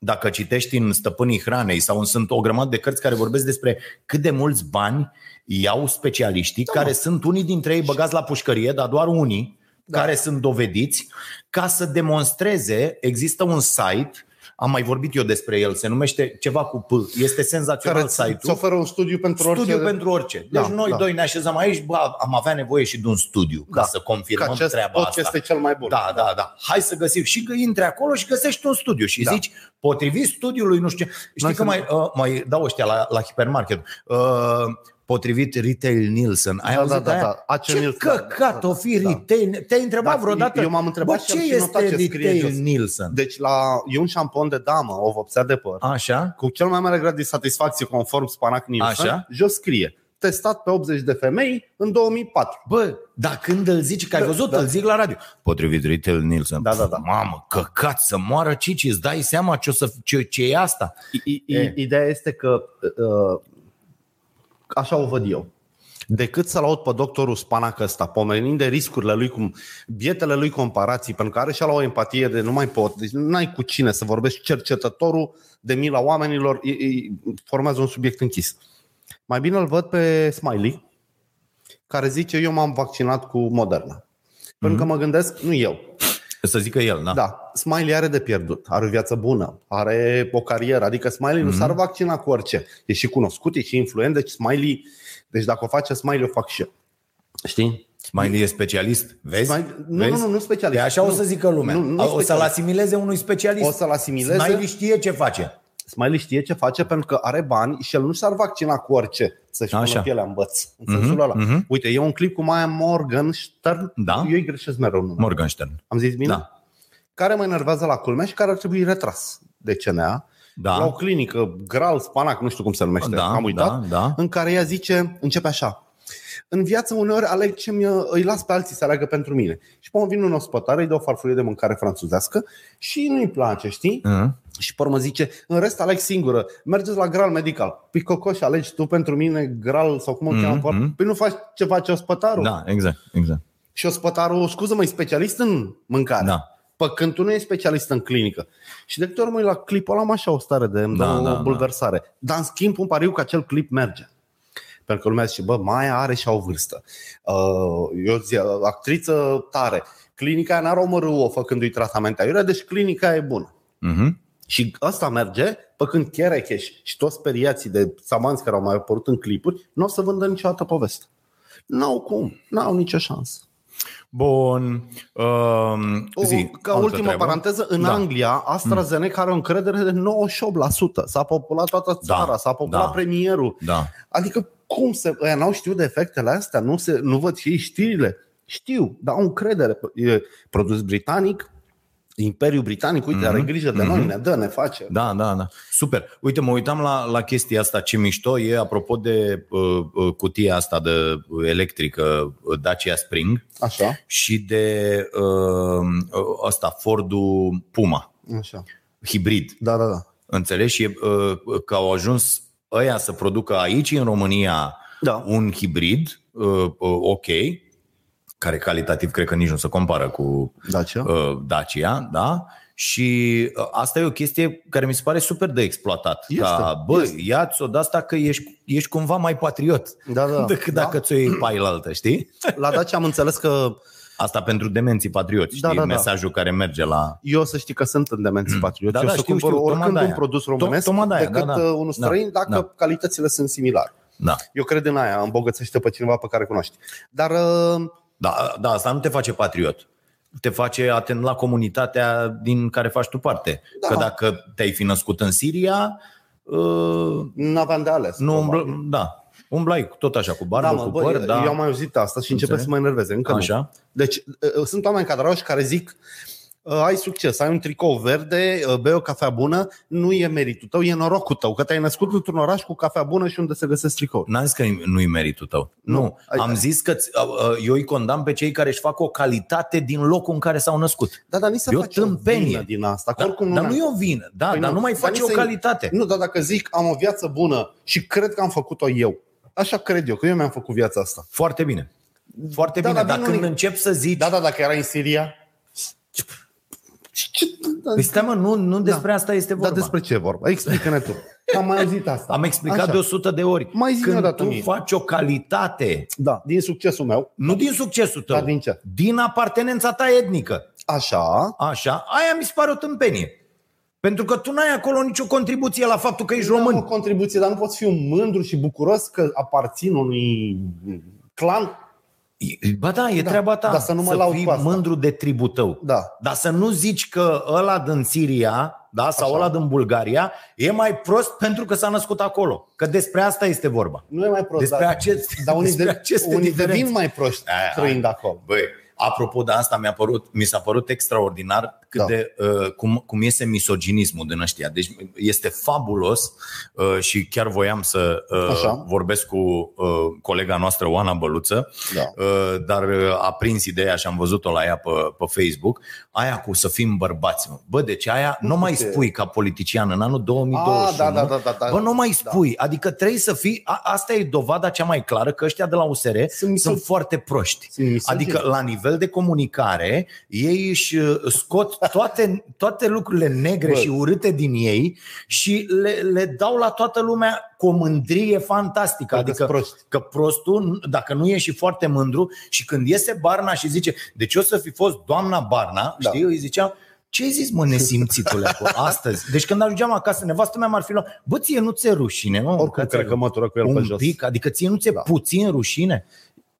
[SPEAKER 2] Dacă citești în Stăpânii Hranei sau în sunt o grămadă de cărți care vorbesc despre cât de mulți bani iau specialiștii, da, care sunt unii dintre ei băgați la pușcărie, dar doar unii, da. care sunt dovediți, ca să demonstreze, există un site, am mai vorbit eu despre el, se numește ceva cu P, este senzațional
[SPEAKER 3] Care
[SPEAKER 2] site-ul.
[SPEAKER 3] îți oferă un studiu pentru
[SPEAKER 2] Studiu
[SPEAKER 3] orice...
[SPEAKER 2] pentru orice. Deci
[SPEAKER 3] Da,
[SPEAKER 2] noi
[SPEAKER 3] da.
[SPEAKER 2] doi ne așezăm aici, bă, am avea nevoie și de un studiu ca
[SPEAKER 3] Da.
[SPEAKER 2] să
[SPEAKER 3] Că
[SPEAKER 2] confirmăm
[SPEAKER 3] acest,
[SPEAKER 2] treaba
[SPEAKER 3] tot
[SPEAKER 2] asta.
[SPEAKER 3] ce este cel mai bun.
[SPEAKER 2] Da, da, da. Hai să găsim. Și că intri acolo și găsești un studiu și da.
[SPEAKER 3] Da.
[SPEAKER 2] zici, potrivit studiului, nu știu ce. Știi
[SPEAKER 3] Noi
[SPEAKER 2] că mai, uh, mai dau ăștia la, la hipermarket. Uh, potrivit Retail Nielsen. Ai
[SPEAKER 3] Da,
[SPEAKER 2] auzit
[SPEAKER 3] da, da,
[SPEAKER 2] aia?
[SPEAKER 3] da. Acel
[SPEAKER 2] Ce
[SPEAKER 3] Nielsen, da, da,
[SPEAKER 2] căcat
[SPEAKER 3] da,
[SPEAKER 2] o fi
[SPEAKER 3] da.
[SPEAKER 2] Retail Te-ai întrebat
[SPEAKER 3] Da,
[SPEAKER 2] vreodată?
[SPEAKER 3] eu m-am întrebat
[SPEAKER 2] bă,
[SPEAKER 3] și am
[SPEAKER 2] ce
[SPEAKER 3] și notat
[SPEAKER 2] este
[SPEAKER 3] ce scrie
[SPEAKER 2] Retail
[SPEAKER 3] jos.
[SPEAKER 2] Nielsen?
[SPEAKER 3] Deci la, e un șampon de damă, o vopsea de păr,
[SPEAKER 2] Așa?
[SPEAKER 3] cu cel mai mare grad de satisfacție conform Spanac Nielsen,
[SPEAKER 2] Așa.
[SPEAKER 3] jos scrie, testat pe 80 de femei în 2004.
[SPEAKER 2] Bă, dar când îl zici că ai
[SPEAKER 3] Da,
[SPEAKER 2] văzut,
[SPEAKER 3] da.
[SPEAKER 2] îl zic la radio. Potrivit Retail Nielsen.
[SPEAKER 3] Da, da, da.
[SPEAKER 2] Mamă, căcat să moară cici, îți dai seama ce, o să, ce, ce e asta?
[SPEAKER 3] I- i-
[SPEAKER 2] E.
[SPEAKER 3] Ideea este că, uh, așa o văd eu, decât să-l aud pe doctorul Spanac ăsta, pomenind de riscurile lui, cum bietele lui comparații, pentru că are și la o empatie de nu mai pot, deci nu ai cu cine să vorbești, cercetătorul de mila oamenilor i- i- formează un subiect închis. Mai bine îl văd pe Smiley, care zice eu m-am vaccinat cu Moderna. Pentru că mă gândesc, nu eu,
[SPEAKER 2] Să zică el, da.
[SPEAKER 3] da, Smiley are de pierdut, are o viață bună, are o carieră, adică Smiley
[SPEAKER 2] Mhm.
[SPEAKER 3] mm-hmm. nu s-ar vaccina cu orice. E și cunoscut, e și influent, deci Smiley, deci dacă o face Smiley, o fac și eu. Știi?
[SPEAKER 2] Smiley e specialist, vezi?
[SPEAKER 3] Smiley, nu,
[SPEAKER 2] vezi?
[SPEAKER 3] nu, nu, nu
[SPEAKER 2] E
[SPEAKER 3] specialist.
[SPEAKER 2] așa
[SPEAKER 3] nu,
[SPEAKER 2] o să zică lumea.
[SPEAKER 3] Nu, nu
[SPEAKER 2] o să-l
[SPEAKER 3] specialist.
[SPEAKER 2] asimileze unui specialist.
[SPEAKER 3] O să-l asimileze.
[SPEAKER 2] Smiley știe ce face.
[SPEAKER 3] Smiley știe ce face pentru că are bani și el nu s-ar vaccina cu orice să-și
[SPEAKER 2] Așa.
[SPEAKER 3] pună pielea în băț. În sensul ăla.
[SPEAKER 2] mhm.
[SPEAKER 3] Uite, e un clip cu Maya Morgan Stern.
[SPEAKER 2] Da.
[SPEAKER 3] Eu îi greșesc mereu numele.
[SPEAKER 2] Morgenstern.
[SPEAKER 3] Am zis bine?
[SPEAKER 2] Da.
[SPEAKER 3] Care mă enervează la culmea și care ar trebui retras de CNA.
[SPEAKER 2] Da.
[SPEAKER 3] La o clinică, Gral, Spanac, nu știu cum se numește,
[SPEAKER 2] Da,
[SPEAKER 3] am uitat,
[SPEAKER 2] da, da.
[SPEAKER 3] în care ea zice, începe așa. În viață uneori aleg ce mi îi las pe alții să aleagă pentru mine. Și pe urmă vin în ospătare, îi dă o farfurie de mâncare franțuzească și nu-i place, știi?
[SPEAKER 2] Mhm.
[SPEAKER 3] Și pe urmă zice, în rest aleg singură, mergeți la gral medical. Păi cocoș, alegi tu pentru mine gral sau cum îl cheamă?
[SPEAKER 2] Mhm.
[SPEAKER 3] Mm-hmm. Păi nu faci ce face ospătarul.
[SPEAKER 2] Da, exact, exact.
[SPEAKER 3] Și ospătarul, scuză mă, e specialist în mâncare.
[SPEAKER 2] Da.
[SPEAKER 3] Pă când tu nu ești specialist în clinică. Și de câte ori mă uit la clipul ăla am așa o stare de îmi
[SPEAKER 2] Da,
[SPEAKER 3] dă
[SPEAKER 2] da,
[SPEAKER 3] o
[SPEAKER 2] da.
[SPEAKER 3] bulversare. Dar în schimb un pariu că acel clip merge. Pentru că lumea zice, bă, Maia are și o vârstă. Uh, Eu zi, actriță tare. Clinica aia n-ar omorâ-o făcându-i tratamente aiurea, deci clinica aia e bună.
[SPEAKER 2] Mhm.
[SPEAKER 3] Și asta merge, păcând Cherecheș și toți speriații de samanți care au mai apărut în clipuri, nu o să vândă niciodată poveste. N-au cum, n-au nicio șansă.
[SPEAKER 2] Bun. Um,
[SPEAKER 3] O,
[SPEAKER 2] zi,
[SPEAKER 3] ca
[SPEAKER 2] altă
[SPEAKER 3] ultimă
[SPEAKER 2] treabă.
[SPEAKER 3] paranteză, în
[SPEAKER 2] Da.
[SPEAKER 3] Anglia, AstraZeneca are o încredere de 98%. S-a populat toată
[SPEAKER 2] Da,
[SPEAKER 3] țara, s-a populat
[SPEAKER 2] da.
[SPEAKER 3] premierul.
[SPEAKER 2] Da.
[SPEAKER 3] Adică cum se... Ăia n-au știut de efectele astea, nu, se, nu văd și ei știrile. Știu, dar au încredere. E produs britanic, Imperiul Britanic, uite, are grijă de noi, ne dă, ne face.
[SPEAKER 2] Mm-hmm, Da, da, da. Super. Uite, mă uitam la, la chestia asta, ce mișto e, apropo de uh, uh, cutia asta de uh, electrică uh, Dacia Spring
[SPEAKER 3] Așa,
[SPEAKER 2] și de uh, uh, asta, Fordul Puma,
[SPEAKER 3] așa.
[SPEAKER 2] hibrid.
[SPEAKER 3] Da, da, da.
[SPEAKER 2] Înțelegi? Și, uh, Că au ajuns ăia să producă aici, în România,
[SPEAKER 3] Da.
[SPEAKER 2] un hibrid, uh, uh, ok, care calitativ cred că nici nu se compară cu
[SPEAKER 3] Dacia.
[SPEAKER 2] uh, Dacia, da? Și uh, asta e o chestie care mi se pare super de exploatat.
[SPEAKER 3] Este,
[SPEAKER 2] ca, bă,
[SPEAKER 3] este.
[SPEAKER 2] ia-ți-o de asta că ești, ești cumva mai patriot
[SPEAKER 3] Da, da.
[SPEAKER 2] decât
[SPEAKER 3] da.
[SPEAKER 2] dacă ți-o iei pe altă, știi?
[SPEAKER 3] La Dacia am înțeles că
[SPEAKER 2] Asta pentru demenții patrioți, știi?
[SPEAKER 3] Da, da, da.
[SPEAKER 2] Mesajul care merge la...
[SPEAKER 3] eu să știi că sunt în demenții patrioți.
[SPEAKER 2] Da,
[SPEAKER 3] eu
[SPEAKER 2] da,
[SPEAKER 3] să
[SPEAKER 2] știu,
[SPEAKER 3] cumpăr
[SPEAKER 2] știu,
[SPEAKER 3] oricând
[SPEAKER 2] tocmai
[SPEAKER 3] un
[SPEAKER 2] de-aia.
[SPEAKER 3] produt românesc
[SPEAKER 2] tocmai de-aia,
[SPEAKER 3] decât
[SPEAKER 2] da, da.
[SPEAKER 3] uh, unul
[SPEAKER 2] Da,
[SPEAKER 3] străin dacă
[SPEAKER 2] da.
[SPEAKER 3] calitățile sunt similare.
[SPEAKER 2] Da.
[SPEAKER 3] Eu cred în aia, îmbogățește pe cineva pe care cunoști. Dar uh,
[SPEAKER 2] Da, da, asta nu te face patriot. Te face atent la comunitatea din care faci tu parte.
[SPEAKER 3] Da.
[SPEAKER 2] Da. Că dacă te-ai fi născut în Siria, uh,
[SPEAKER 3] n-aveam de ales.
[SPEAKER 2] nu
[SPEAKER 3] probabil.
[SPEAKER 2] umbl- da, umblai tot așa cu barbă,
[SPEAKER 3] da,
[SPEAKER 2] cu
[SPEAKER 3] mă, bă,
[SPEAKER 2] păr,
[SPEAKER 3] eu-
[SPEAKER 2] da.
[SPEAKER 3] eu am mai auzit asta și începe
[SPEAKER 2] Înțeleg.
[SPEAKER 3] să mă enerveze. Încă nu.
[SPEAKER 2] Așa.
[SPEAKER 3] Deci uh, sunt oameni cadrași care zic uh, ai succes, ai un tricou verde, uh, bei o cafea bună, nu e meritul tău, e norocul tău, că te-ai născut într-un oraș cu cafea bună și unde se găsesc tricouri.
[SPEAKER 2] N-am zis că nu-i meritul tău.
[SPEAKER 3] Nu.
[SPEAKER 2] Nu. nu.
[SPEAKER 3] Ai-
[SPEAKER 2] Am zis că ți- uh, uh, eu îi condamn pe cei care își fac o calitate din locul în care s-au născut.
[SPEAKER 3] Da, dar ni se
[SPEAKER 2] E o
[SPEAKER 3] face o
[SPEAKER 2] tâmpenie.
[SPEAKER 3] vină din asta. că
[SPEAKER 2] Dar,
[SPEAKER 3] oricum
[SPEAKER 2] dar
[SPEAKER 3] ne-am
[SPEAKER 2] nu e o vină, da,
[SPEAKER 3] Păi
[SPEAKER 2] păi dar nu, mai
[SPEAKER 3] dar
[SPEAKER 2] faci
[SPEAKER 3] mi
[SPEAKER 2] o
[SPEAKER 3] se-
[SPEAKER 2] calitate.
[SPEAKER 3] Nu, dar dacă zic am o viață bună și cred că am făcut-o eu, așa cred eu, că eu mi-am făcut viața asta.
[SPEAKER 2] Foarte bine. Foarte
[SPEAKER 3] Da,
[SPEAKER 2] da, bine, dar
[SPEAKER 3] dar vin
[SPEAKER 2] când
[SPEAKER 3] unii-
[SPEAKER 2] încep să zici...
[SPEAKER 3] Da, da, dacă era în Siria. Ce- ce- da,
[SPEAKER 2] Păi stai mă, nu, nu despre
[SPEAKER 3] Da.
[SPEAKER 2] asta este
[SPEAKER 3] Dar
[SPEAKER 2] vorba.
[SPEAKER 3] despre ce e vorba? Explică-ne tu. Am mai auzit asta.
[SPEAKER 2] Am explicat
[SPEAKER 3] Da. Așa.
[SPEAKER 2] de 100 de ori.
[SPEAKER 3] Mai zi-mi o
[SPEAKER 2] Când
[SPEAKER 3] dată
[SPEAKER 2] tu
[SPEAKER 3] mie.
[SPEAKER 2] faci o calitate,
[SPEAKER 3] Da, din succesul meu.
[SPEAKER 2] nu din succesul tău,
[SPEAKER 3] Dar Da, din ce?
[SPEAKER 2] din apartenența ta etnică,
[SPEAKER 3] Așa.
[SPEAKER 2] așa, aia mi se pare o tâmpenie. Pentru că tu n-ai acolo nicio contribuție la faptul că ești
[SPEAKER 3] Am o
[SPEAKER 2] român.
[SPEAKER 3] contribuție, dar nu pot fi un mândru și bucuros că aparțin unui clan.
[SPEAKER 2] Ba da, e
[SPEAKER 3] Da,
[SPEAKER 2] treaba ta
[SPEAKER 3] dar să nu mă laud
[SPEAKER 2] fii
[SPEAKER 3] cu asta.
[SPEAKER 2] mândru de tribul tău.
[SPEAKER 3] Da.
[SPEAKER 2] Dar să nu zici că ăla din Siria da, sau
[SPEAKER 3] Așa.
[SPEAKER 2] ăla din Bulgaria e mai prost pentru că s-a născut acolo. Că despre asta este vorba.
[SPEAKER 3] Nu e mai prost.
[SPEAKER 2] Despre
[SPEAKER 3] dar,
[SPEAKER 2] acest-
[SPEAKER 3] dar unii,
[SPEAKER 2] despre
[SPEAKER 3] de,
[SPEAKER 2] aceste
[SPEAKER 3] unii
[SPEAKER 2] diferențe.
[SPEAKER 3] devin mai proști
[SPEAKER 2] Aia, aia.
[SPEAKER 3] trăind acolo.
[SPEAKER 2] Băi, apropo de asta, mi-a părut, mi s-a părut extraordinar cât
[SPEAKER 3] Da.
[SPEAKER 2] da. de, uh, cum, cum este misoginismul din ăștia. Deci este fabulos uh, și chiar voiam să
[SPEAKER 3] Așa.
[SPEAKER 2] uh, vorbesc cu uh, colega noastră, Oana Băluță,
[SPEAKER 3] Da.
[SPEAKER 2] uh, dar uh, a prins ideea și am văzut-o la ea pe, pe Facebook, aia cu să fim bărbați. Mă. Bă, deci aia nu,
[SPEAKER 3] Nu
[SPEAKER 2] mai
[SPEAKER 3] putea.
[SPEAKER 2] spui ca politician în anul
[SPEAKER 3] Ah,
[SPEAKER 2] 2021.
[SPEAKER 3] da, da, da, da, da.
[SPEAKER 2] Bă, nu mai spui. Da. Adică trebuie să fii... A, asta e dovada cea mai clară că ăștia de la USR
[SPEAKER 3] Sunt
[SPEAKER 2] sunt,
[SPEAKER 3] misog-
[SPEAKER 2] sunt foarte proști.
[SPEAKER 3] Sunt misogini.
[SPEAKER 2] Adică la nivel de comunicare, ei își uh, scot toate, toate lucrurile negre
[SPEAKER 3] Bă.
[SPEAKER 2] Bă. și urâte din ei și le, le dau la toată lumea cu o mândrie fantastică.
[SPEAKER 3] Pentru că
[SPEAKER 2] adică
[SPEAKER 3] sunt proști.
[SPEAKER 2] că prostul, dacă nu e și foarte mândru și când iese Barna și zice, deci eu să fi fost doamna Barna,
[SPEAKER 3] Da.
[SPEAKER 2] da. știi, eu îi ziceam, ce ai zis, mă, nesimțitule, acolo, astăzi? Deci când ajungeam acasă, nevastă mea m-ar fi luat, bă, ție nu ți-e rușine, mă?
[SPEAKER 3] Oricum,
[SPEAKER 2] mâncați-vă
[SPEAKER 3] cred că mătură cu el pe
[SPEAKER 2] un
[SPEAKER 3] jos.
[SPEAKER 2] pic, adică ție nu ți-e
[SPEAKER 3] Da.
[SPEAKER 2] da. puțin rușine?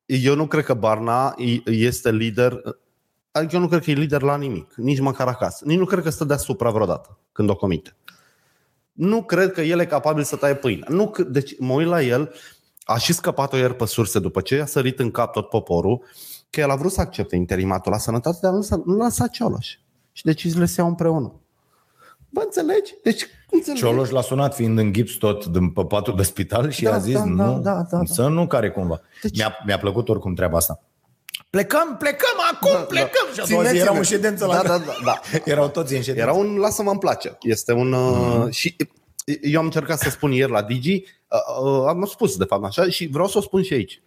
[SPEAKER 3] Eu nu cred că Barna e- este lider, adică eu nu cred că e lider la nimic, nici măcar acasă. Nici nu cred că stă deasupra vreodată când o comite. Nu cred că el e capabil să taie pâine. Nu, cre- deci mă uit la el, a și scăpat-o ieri pe surse după ce i-a sărit în cap tot poporul, că el a vrut să accepte interimatul la sănătate, dar nu s-a, nu l-a lăsat Cioloș. Și deciziile se iau împreună. Bă, înțelegi? Deci, înțelegi?
[SPEAKER 2] Cioloș l-a sunat fiind în gips tot din pe patul de spital și
[SPEAKER 3] Da,
[SPEAKER 2] a zis,
[SPEAKER 3] da, da,
[SPEAKER 2] nu,
[SPEAKER 3] da, da, da.
[SPEAKER 2] să nu care cumva.
[SPEAKER 3] Deci-
[SPEAKER 2] Mi-a, mi-a plăcut oricum treaba asta. Plecăm, plecăm, acum da, plecăm! Da. Și a doua zi
[SPEAKER 3] Țineți-ne.
[SPEAKER 2] erau în ședință la...
[SPEAKER 3] da, da, da, da.
[SPEAKER 2] Erau toți în ședință.
[SPEAKER 3] Era un lasă-mă îmi place. Este un
[SPEAKER 2] Mhm.
[SPEAKER 3] mm. și eu am încercat să spun ieri la Digi, uh, uh, am spus de fapt așa și vreau să o spun și aici.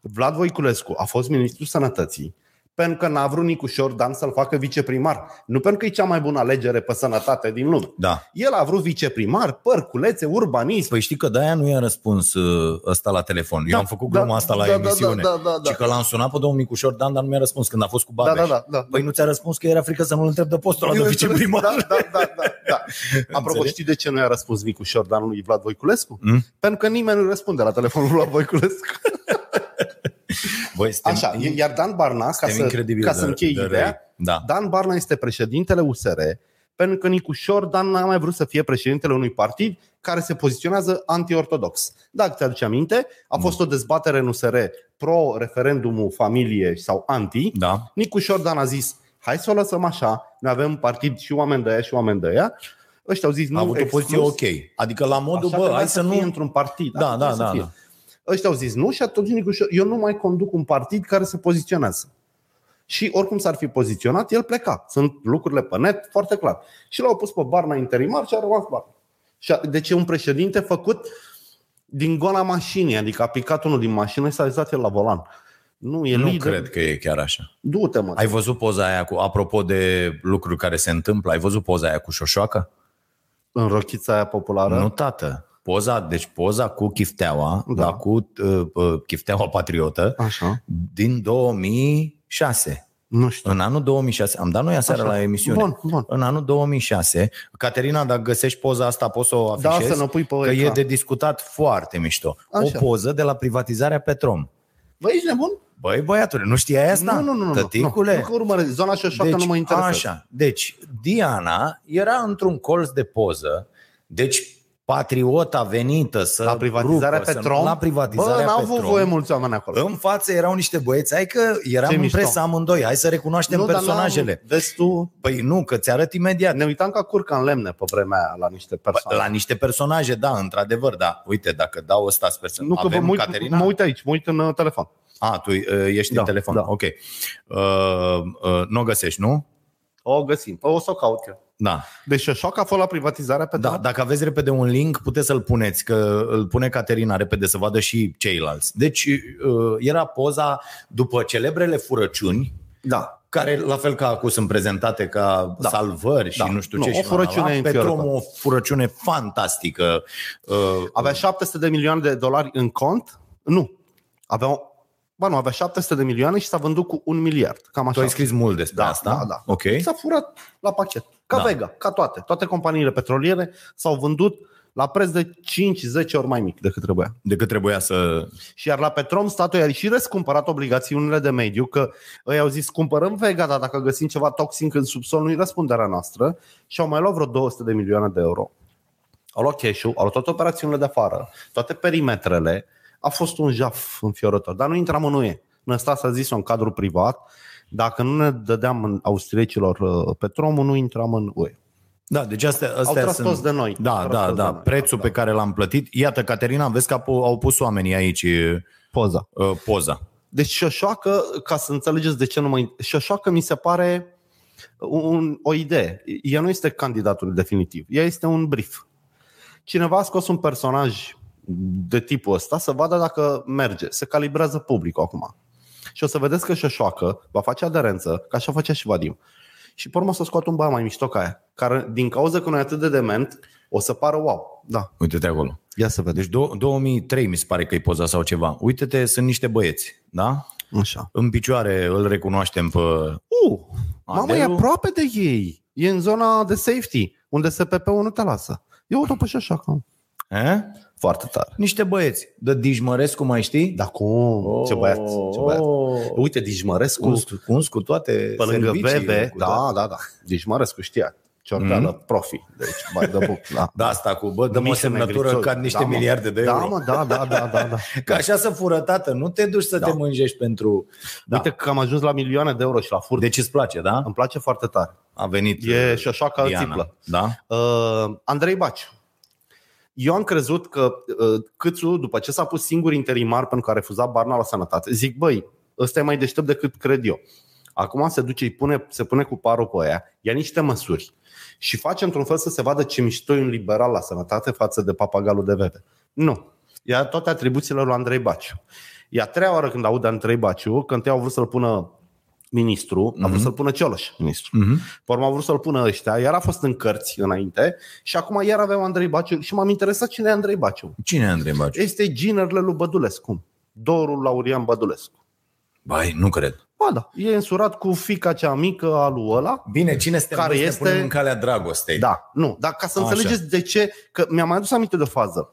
[SPEAKER 3] Vlad Voiculescu a fost ministrul sănătății pentru că n-a vrut Nicușor Dan să-l facă viceprimar. Nu pentru că e cea mai bună alegere pe sănătate din lume.
[SPEAKER 2] Da.
[SPEAKER 3] El a vrut viceprimar, părculețe, urbanism.
[SPEAKER 2] Păi știi că de-aia nu i-a răspuns ă, ăsta la telefon. Eu
[SPEAKER 3] Da,
[SPEAKER 2] am făcut
[SPEAKER 3] da,
[SPEAKER 2] gluma asta la
[SPEAKER 3] da, da,
[SPEAKER 2] emisiune.
[SPEAKER 3] da, da, da.
[SPEAKER 2] Și că l-am sunat pe domnul Nicușor Dan, dar nu mi-a răspuns când a fost cu
[SPEAKER 3] Da,
[SPEAKER 2] Babeș.
[SPEAKER 3] da, da, da.
[SPEAKER 2] Păi nu ți-a răspuns că era frică să nu-l întreb de postul ăla de viceprimar.
[SPEAKER 3] Da, da, da, da, da. Apropo,
[SPEAKER 2] Înțelegi?
[SPEAKER 3] știi de ce nu i-a răspuns Nicușor Dan lui Vlad Voiculescu?
[SPEAKER 2] Mm?
[SPEAKER 3] Pentru că nimeni nu răspunde la telefonul lui Vlad Voiculescu.
[SPEAKER 2] Băi, suntem,
[SPEAKER 3] Așa, i- iar Dan Barna, ca
[SPEAKER 2] suntem
[SPEAKER 3] să,
[SPEAKER 2] incredibil
[SPEAKER 3] ca
[SPEAKER 2] de-
[SPEAKER 3] să închei
[SPEAKER 2] de răi.
[SPEAKER 3] ideea,
[SPEAKER 2] Da.
[SPEAKER 3] Dan Barna este președintele USR, pentru că Nicușor Dan n-a mai vrut să fie președintele unui partid care se poziționează antiortodox. Dacă ți-aduce aminte,
[SPEAKER 2] Mm.
[SPEAKER 3] a fost o dezbatere în USR pro-referendumul familie sau anti.
[SPEAKER 2] Da.
[SPEAKER 3] Nicușor Dan a zis, hai să o lăsăm așa, noi avem un partid și oameni de aia și oameni de aia. Ăștia au zis, nu,
[SPEAKER 2] A avut o
[SPEAKER 3] exclus.
[SPEAKER 2] poziție ok. Adică la modul, bă,
[SPEAKER 3] Așa trebuia
[SPEAKER 2] hai să
[SPEAKER 3] fie
[SPEAKER 2] nu...
[SPEAKER 3] într-un partid.
[SPEAKER 2] Da,
[SPEAKER 3] Așa
[SPEAKER 2] da,
[SPEAKER 3] trebuia să
[SPEAKER 2] da,
[SPEAKER 3] fie.
[SPEAKER 2] da.
[SPEAKER 3] Ăștia au zis nu și atunci Nicușor, eu nu mai conduc un partid care se poziționează. Și oricum s-ar fi poziționat, el pleca. Sunt lucrurile pe net foarte clar. Și l-au pus pe Barna interimar și a rămas Barna. Și a, deci e un președinte făcut din gola mașinii, adică a picat unul din mașină și s-a izat el la volan. Nu, e
[SPEAKER 2] nu
[SPEAKER 3] lider.
[SPEAKER 2] cred că e chiar așa.
[SPEAKER 3] Du-te, mă.
[SPEAKER 2] Ai văzut poza aia cu, apropo de lucruri care se întâmplă, ai văzut poza aia cu Șoșoacă?
[SPEAKER 3] În rochița aia populară.
[SPEAKER 2] Nu, tată. Poza, deci poza cu chifteaua,
[SPEAKER 3] Da.
[SPEAKER 2] da. dar cu uh, uh, chifteaua patriotă,
[SPEAKER 3] Așa.
[SPEAKER 2] din 2006.
[SPEAKER 3] Nu știu.
[SPEAKER 2] În anul 2006, am dat noi aseară
[SPEAKER 3] Așa.
[SPEAKER 2] la emisiune.
[SPEAKER 3] Bun, bun.
[SPEAKER 2] În anul 2006, Caterina, dacă găsești poza asta, poți să o
[SPEAKER 3] Da,
[SPEAKER 2] afișezi?
[SPEAKER 3] să ne pui pe
[SPEAKER 2] Că e
[SPEAKER 3] ecran.
[SPEAKER 2] de discutat foarte mișto.
[SPEAKER 3] Așa.
[SPEAKER 2] O poză de la privatizarea Petrom.
[SPEAKER 3] Bă, ești nebun?
[SPEAKER 2] Băi, băiatule, nu știai asta?
[SPEAKER 3] Nu, nu, nu. nu,
[SPEAKER 2] Tăticule. Deci,
[SPEAKER 3] Nu, nu că urmăresc. Zona Șoșoacă nu mă interesează.
[SPEAKER 2] Așa, deci Diana era într-un colț de poză, deci patriota venită să
[SPEAKER 3] La privatizarea
[SPEAKER 2] rupă,
[SPEAKER 3] pe Trom.
[SPEAKER 2] Să, la
[SPEAKER 3] Bă,
[SPEAKER 2] privatizarea
[SPEAKER 3] n-au
[SPEAKER 2] Petrom.
[SPEAKER 3] avut voie mulți oameni acolo.
[SPEAKER 2] În față erau niște băieți, hai că eram
[SPEAKER 3] Ce
[SPEAKER 2] în
[SPEAKER 3] mișto.
[SPEAKER 2] presă amândoi, hai să recunoaștem
[SPEAKER 3] dar n-am-
[SPEAKER 2] personajele.
[SPEAKER 3] Vezi tu,
[SPEAKER 2] Păi nu, că ți arăt imediat.
[SPEAKER 3] ne uitam ca curca în lemne pe vremea aia la niște persoane.
[SPEAKER 2] La niște personaje, da, într-adevăr, da. Uite, dacă dau ăsta, sper să...
[SPEAKER 3] nu că vă
[SPEAKER 2] Avem
[SPEAKER 3] mă uit,
[SPEAKER 2] Caterina?
[SPEAKER 3] mă uit aici, mă uit în uh, telefon.
[SPEAKER 2] A, tu uh, ești
[SPEAKER 3] Da,
[SPEAKER 2] în telefon.
[SPEAKER 3] da.
[SPEAKER 2] Ok. Uh, uh, nu o găsești, nu?
[SPEAKER 3] O găsim. O să o caut eu.
[SPEAKER 2] Da.
[SPEAKER 3] Deci Șoșoacă a fost la privatizarea pe
[SPEAKER 2] da.
[SPEAKER 3] Trom?
[SPEAKER 2] Dacă aveți repede un link, puteți să-l puneți, că îl pune Caterina repede să vadă și ceilalți. Deci uh, era poza după celebrele furăciuni,
[SPEAKER 3] da.
[SPEAKER 2] care la fel ca acum sunt prezentate ca da. salvări și
[SPEAKER 3] Da.
[SPEAKER 2] da. nu știu
[SPEAKER 3] Nu,
[SPEAKER 2] ce.
[SPEAKER 3] o
[SPEAKER 2] și la, la, la.
[SPEAKER 3] furăciune
[SPEAKER 2] Pe
[SPEAKER 3] înfiorătoare.
[SPEAKER 2] drum o furăciune fantastică. Uh,
[SPEAKER 3] Avea 700 de milioane de dolari în cont? Nu. Avea, ba nu, avea 700 de milioane și s-a vândut cu un miliard. Cam
[SPEAKER 2] tu
[SPEAKER 3] așa.
[SPEAKER 2] ai scris mult despre
[SPEAKER 3] Da,
[SPEAKER 2] asta.
[SPEAKER 3] da, da.
[SPEAKER 2] Ok.
[SPEAKER 3] S-a furat la pachet. Ca da.
[SPEAKER 2] Da.
[SPEAKER 3] Vega, ca toate. Toate companiile petroliere s-au vândut la preț de 5-10 ori mai mic decât trebuia.
[SPEAKER 2] Decât trebuia să...
[SPEAKER 3] Și iar la Petrom statul i-a și răscumpărat obligațiunile de mediu, că ei au zis cumpărăm Vega, dar dacă găsim ceva toxic în subsol, nu-i răspunderea noastră. Și au mai luat vreo 200 de milioane de euro. Au luat cash au luat toate operațiunile de afară, toate perimetrele. A fost un jaf înfiorător, dar nu intram în UE. Năsta s-a zis în cadru privat, dacă nu ne dădeam în austriecilor uh, Petromul, nu intram în UE.
[SPEAKER 2] Da, deci astea, astea
[SPEAKER 3] Au tras
[SPEAKER 2] sunt...
[SPEAKER 3] toți de noi. Au
[SPEAKER 2] Da,
[SPEAKER 3] tras
[SPEAKER 2] da,
[SPEAKER 3] toți
[SPEAKER 2] da.
[SPEAKER 3] de noi.
[SPEAKER 2] Prețul
[SPEAKER 3] Da.
[SPEAKER 2] pe care l-am plătit. Iată, Caterina, vezi că au au pus oamenii aici uh,
[SPEAKER 3] Poza.
[SPEAKER 2] poza.
[SPEAKER 3] Deci Șoșoacă, ca să înțelegeți de ce nu mă... Șoșoacă mi se pare un, o idee. Ea nu este candidatul definitiv. Ea este un brief. Cineva a scos un personaj de tipul ăsta să vadă dacă merge. Se calibrează publicul acum. Și o să vedeți că Șoșoacă va face aderență, ca așa facea și Vadim. Și pe urmă o să scoată un băiat mai mișto ca aia, care din cauza că nu e atât de dement, o să pară wow. Da,
[SPEAKER 2] Uite-te acolo.
[SPEAKER 3] ia să vedeți.
[SPEAKER 2] Deci do- 2003 mi se pare că e poza sau ceva. Uite-te, sunt niște băieți, da?
[SPEAKER 3] Așa.
[SPEAKER 2] În picioare îl recunoaștem pe...
[SPEAKER 3] Uh, mamă, e
[SPEAKER 2] Adelul?
[SPEAKER 3] aproape de ei. E în zona de safety, unde SPP-ul nu te lasă. Eu o topă și așa. Că...
[SPEAKER 2] Eh?
[SPEAKER 3] Foarte tare.
[SPEAKER 2] Niște băieți. De Dijmărescu, mai știi?
[SPEAKER 3] Da cum? Oh, ce băiat, ce băiat. Oh. Uite, Dijmărescu,
[SPEAKER 2] Cuns, cuns cu toate
[SPEAKER 3] pe lângă
[SPEAKER 2] serviciile,
[SPEAKER 3] Bebe.
[SPEAKER 2] cu
[SPEAKER 3] Da, da, da. Dijmărescu știa. Ciordeală, mm-hmm. profi. Deci, mai dă buc. Da.
[SPEAKER 2] Da, asta cu, bă, dăm o
[SPEAKER 3] Mișe
[SPEAKER 2] semnătură
[SPEAKER 3] Negrițoi.
[SPEAKER 2] ca niște
[SPEAKER 3] Da,
[SPEAKER 2] da,
[SPEAKER 3] mă.
[SPEAKER 2] miliarde de
[SPEAKER 3] da,
[SPEAKER 2] euro.
[SPEAKER 3] mă, da, da, da, da, da.
[SPEAKER 2] Că așa să fură, tată, nu te duci să
[SPEAKER 3] Da.
[SPEAKER 2] te mânjești pentru...
[SPEAKER 3] da. Uite că am ajuns la milioane de euro și la furt.
[SPEAKER 2] Deci îți place, da?
[SPEAKER 3] Îmi place foarte tare.
[SPEAKER 2] A venit
[SPEAKER 3] E
[SPEAKER 2] uh,
[SPEAKER 3] și așa ca
[SPEAKER 2] Diana.
[SPEAKER 3] țiplă.
[SPEAKER 2] Da?
[SPEAKER 3] Uh, Andrei Baciu. Eu am crezut că uh, Câțu, după ce s-a pus singur interimar pentru că a refuzat Barna la sănătate, zic, băi, ăsta e mai deștept decât cred eu. Acum se duce, îi pune, se pune cu parul pe aia, ia niște măsuri și face într-un fel să se vadă ce mișto e un liberal la sănătate față de papagalul de vede. Nu. Ia toate atribuțiile lui Andrei Baciu. E a treia oară când aud Andrei Baciu, că întâi au vrut să-l pună ministru, mm-hmm. a vrut să-l pună Cioloș ministru.
[SPEAKER 2] Mm-hmm.
[SPEAKER 3] Pe urmă au vrut să-l pună ăștia, iar a fost în cărți înainte și acum iar avem Andrei Baciu și m-am interesat cine e Andrei Baciu.
[SPEAKER 2] Cine e Andrei Baciu?
[SPEAKER 3] Este ginerele lui Bădulescu, dorul Laurian Bădulescu.
[SPEAKER 2] Bai, nu cred.
[SPEAKER 3] Ba da, e însurat cu fica cea mică a lui ăla.
[SPEAKER 2] Bine, cine suntem
[SPEAKER 3] Care
[SPEAKER 2] noi să
[SPEAKER 3] este-
[SPEAKER 2] punem în calea dragostei?
[SPEAKER 3] Da, nu, dar ca să
[SPEAKER 2] Așa.
[SPEAKER 3] înțelegeți de ce, că mi-am mai adus aminte de o fază.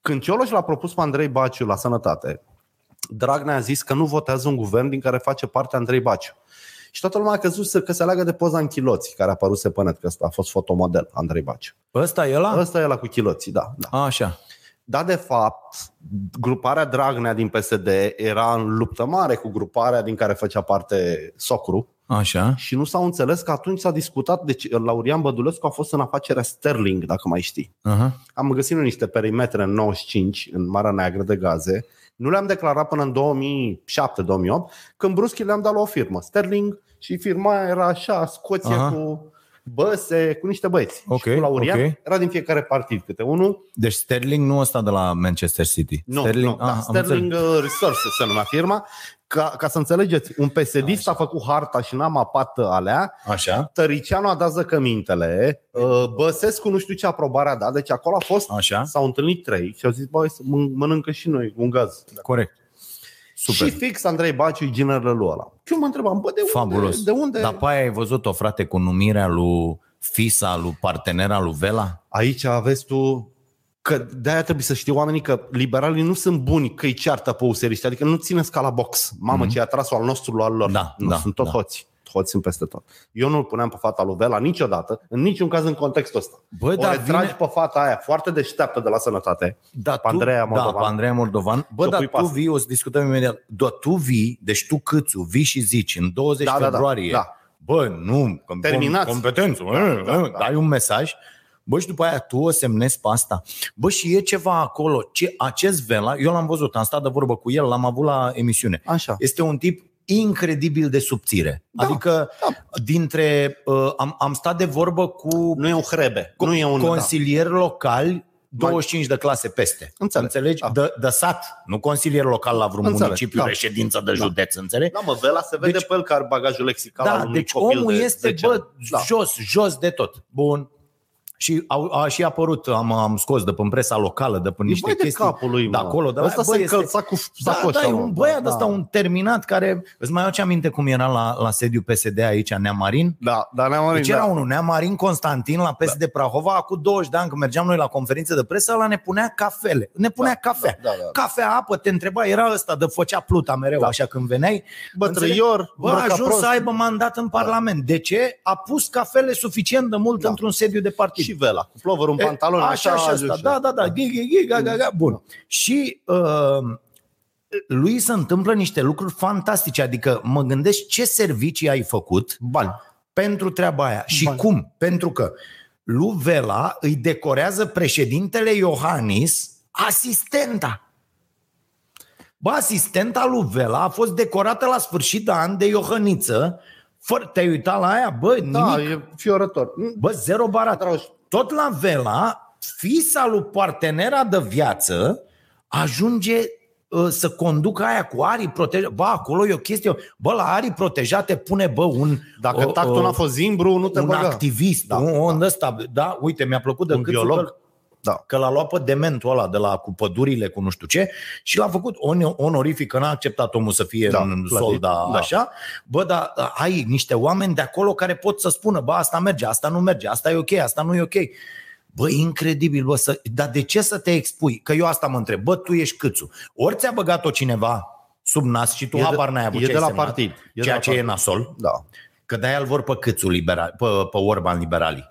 [SPEAKER 3] Când Cioloș l-a propus pe Andrei Baciu la sănătate, Dragnea a zis că nu votează un guvern din care face parte Andrei Baciu. Și toată lumea a crezut să- că se leagă de poza în chiloți, care a apărut pe net, că ăsta a fost fotomodel, Andrei Baciu.
[SPEAKER 2] Ăsta e ăla?
[SPEAKER 3] Ăsta e la cu chiloții, da. da.
[SPEAKER 2] A, Așa.
[SPEAKER 3] Dar, de fapt, gruparea Dragnea din PSD era în luptă mare cu gruparea din care făcea parte Socru
[SPEAKER 2] Așa.
[SPEAKER 3] și nu s-au înțeles că atunci s-a discutat. Deci, Laurian Bădulescu a fost în afacerea Sterling, dacă mai știi.
[SPEAKER 2] Aha.
[SPEAKER 3] Am găsit noi niște perimetre în 95, în Marea Neagră de Gaze. Nu le-am declarat până în 2007-2008, când brusc le-am dat la o firmă, Sterling, și firma aia era așa, Scoția
[SPEAKER 2] Aha.
[SPEAKER 3] cu băse, cu niște băieți.
[SPEAKER 2] Ok,
[SPEAKER 3] și cu Laurian
[SPEAKER 2] ok.
[SPEAKER 3] era din fiecare partid câte unul.
[SPEAKER 2] Deci Sterling nu ăsta de la Manchester City.
[SPEAKER 3] Nu,
[SPEAKER 2] Sterling, Ah,
[SPEAKER 3] Sterling, nu, da,
[SPEAKER 2] am
[SPEAKER 3] Sterling
[SPEAKER 2] înțeles.
[SPEAKER 3] uh, Resources se numea firma, ca, ca să înțelegeți, un psd a făcut harta și n-a mapat alea,
[SPEAKER 2] Așa.
[SPEAKER 3] Tăricianu a dat zăcămintele, uh, Băsescu nu știu ce aprobare a dat, deci acolo a fost,
[SPEAKER 2] Așa.
[SPEAKER 3] s-au întâlnit trei și au zis, băi, să mân- mănâncă și noi un gaz.
[SPEAKER 2] Corect.
[SPEAKER 3] Super. Și fix Andrei Baciu e generele lui ăla. Și eu mă întrebam, bă, de unde?
[SPEAKER 2] Fabulos. Da,
[SPEAKER 3] De unde?
[SPEAKER 2] Dar pe aia ai văzut-o, frate, cu numirea lui Fisa, lui partenera lui Vela?
[SPEAKER 3] Aici aveți tu că de-aia trebuie să știu oamenii că liberalii nu sunt buni că îi ceartă pe useriști, adică nu țineți ca la box. Mamă, mm-hmm. ce a tras al nostru, al lor.
[SPEAKER 2] Mhm. Da,
[SPEAKER 3] nu,
[SPEAKER 2] da,
[SPEAKER 3] sunt tot
[SPEAKER 2] da.
[SPEAKER 3] hoți. Hoți sunt peste tot. Eu nu-l puneam pe fata lui Vela niciodată, în niciun caz în contextul ăsta.
[SPEAKER 2] Bă,
[SPEAKER 3] o
[SPEAKER 2] dar
[SPEAKER 3] retragi
[SPEAKER 2] vine-
[SPEAKER 3] pe fata aia foarte deșteaptă de la sănătate.
[SPEAKER 2] Da,
[SPEAKER 3] Pe Andreea Moldovan.
[SPEAKER 2] Da, pe Andreea Moldovan. Bă,
[SPEAKER 3] Să
[SPEAKER 2] dar
[SPEAKER 3] pui
[SPEAKER 2] tu
[SPEAKER 3] pas.
[SPEAKER 2] vii, o să discutăm imediat. Dar tu vii, deci tu câțu, vii și zici în 20
[SPEAKER 3] Da, da, da,
[SPEAKER 2] februarie.
[SPEAKER 3] da.
[SPEAKER 2] Bă, nu, com-
[SPEAKER 3] Terminați.
[SPEAKER 2] competență, da, da, da. dai un mesaj. Bă, și după aia tu o semnezi pe asta. Bă, și e ceva acolo. Ce, acest Vela, eu l-am văzut, am stat de vorbă cu el, l-am avut la emisiune.
[SPEAKER 3] Așa.
[SPEAKER 2] Este un tip incredibil de subțire. Da, adică, da. dintre. Uh, am, am stat de vorbă cu
[SPEAKER 3] Nu e un hrebe. nu e un... da.
[SPEAKER 2] consilier local 25 de clase peste.
[SPEAKER 3] Înțeleg.
[SPEAKER 2] Înțelegi?
[SPEAKER 3] Da.
[SPEAKER 2] De, de sat, nu consilier local la vreun
[SPEAKER 3] Înțeleg,
[SPEAKER 2] municipiu,
[SPEAKER 3] da.
[SPEAKER 2] reședință de județ, înțelegi?
[SPEAKER 3] Da, mă, Vela se vede
[SPEAKER 2] Deci-
[SPEAKER 3] deci, pe el că are bagajul lexical al
[SPEAKER 2] Da,
[SPEAKER 3] unui
[SPEAKER 2] deci
[SPEAKER 3] copil
[SPEAKER 2] omul
[SPEAKER 3] de
[SPEAKER 2] este,
[SPEAKER 3] 10 ani. Da.
[SPEAKER 2] bă, jos, jos de tot. Bun. Și au, a și apărut, am, am scos de pe presa locală, de pe niște
[SPEAKER 3] mai de
[SPEAKER 2] chestii.
[SPEAKER 3] capul lui,
[SPEAKER 2] de
[SPEAKER 3] mă.
[SPEAKER 2] acolo, de
[SPEAKER 3] Ăsta
[SPEAKER 2] bă,
[SPEAKER 3] se
[SPEAKER 2] este-
[SPEAKER 3] încălța cu
[SPEAKER 2] da,
[SPEAKER 3] sacoșa,
[SPEAKER 2] da, e
[SPEAKER 3] mă.
[SPEAKER 2] un băiat
[SPEAKER 3] Da.
[SPEAKER 2] ăsta, un terminat care... Îți mai aduce aminte cum era la, la sediu PSD aici, a Neamarin?
[SPEAKER 3] Da, dar ne-am
[SPEAKER 2] Deci
[SPEAKER 3] da.
[SPEAKER 2] era unul, Neamarin Constantin la PSD da. Prahova, acum 20 de ani când mergeam noi la conferințe de presă, ăla ne punea cafele, ne punea da, cafea.
[SPEAKER 3] da, da, da.
[SPEAKER 2] Cafea, apă, te întreba, era ăsta de făcea pluta mereu, da. așa când veneai.
[SPEAKER 3] Bă,
[SPEAKER 2] Înțelegi?
[SPEAKER 3] trăior,
[SPEAKER 2] Bă, a
[SPEAKER 3] îmbrăcat
[SPEAKER 2] ajuns
[SPEAKER 3] prost.
[SPEAKER 2] să aibă mandat în Parlament. De ce? A pus cafele suficient de mult da. într-un sediu de partid.
[SPEAKER 3] Și Vela, cu plover un
[SPEAKER 2] E,
[SPEAKER 3] pantalon,
[SPEAKER 2] așa, așa, asta.
[SPEAKER 3] ajunge.
[SPEAKER 2] Da, da, da. Ghi, ghi, ghi, ga, ga, ga. Bun. Și uh, lui se întâmplă niște lucruri fantastice. Adică mă gândesc ce servicii ai făcut
[SPEAKER 3] Bani.
[SPEAKER 2] pentru treaba aia. Și
[SPEAKER 3] Bani.
[SPEAKER 2] cum? Pentru că lui Vela îi decorează președintele Iohannis asistenta. Bă, asistenta lui Vela a fost decorată la sfârșit de an de Iohăniță. Fără, te-ai uitat la aia? Bă, nimic.
[SPEAKER 3] Da, e fiorător.
[SPEAKER 2] Bă, zero barat. Tot la Vela, fisa lui partenera de viață ajunge uh, să conducă aia cu arii protejate. Bă, acolo e o chestie. Bă, la arii protejate pune, bă, un...
[SPEAKER 3] Dacă
[SPEAKER 2] uh,
[SPEAKER 3] tactul
[SPEAKER 2] uh,
[SPEAKER 3] n-a fost zimbru, nu te
[SPEAKER 2] un
[SPEAKER 3] băga.
[SPEAKER 2] activist, da,
[SPEAKER 3] Da,
[SPEAKER 2] un, un ăsta, da, uite, mi-a plăcut de
[SPEAKER 3] Un
[SPEAKER 2] cât
[SPEAKER 3] biolog.
[SPEAKER 2] Că,
[SPEAKER 3] Da.
[SPEAKER 2] că l-a luat pe dementul ăla de la cu pădurile, cu nu știu ce și l-a făcut on- onorific, că n-a acceptat omul să fie
[SPEAKER 3] Da,
[SPEAKER 2] da, în
[SPEAKER 3] plătit.
[SPEAKER 2] solda da.
[SPEAKER 3] Da.
[SPEAKER 2] așa. Bă, dar da, ai niște oameni de acolo care pot să spună, bă, asta merge, asta nu merge, asta e ok, asta nu e ok. Bă, incredibil, bă, să, dar de ce să te expui? Că eu asta mă întreb, bă, tu ești câțu. Ori ți-a băgat-o cineva sub nas și tu
[SPEAKER 3] E de-
[SPEAKER 2] habar n-ai avut
[SPEAKER 3] e
[SPEAKER 2] ce
[SPEAKER 3] de la
[SPEAKER 2] însemnat,
[SPEAKER 3] partid. E de
[SPEAKER 2] ceea
[SPEAKER 3] la
[SPEAKER 2] ce e
[SPEAKER 3] partid.
[SPEAKER 2] nasol.
[SPEAKER 3] Da.
[SPEAKER 2] Că de-aia îl vor pe câțul liberal, pe, pe Orban liberalii.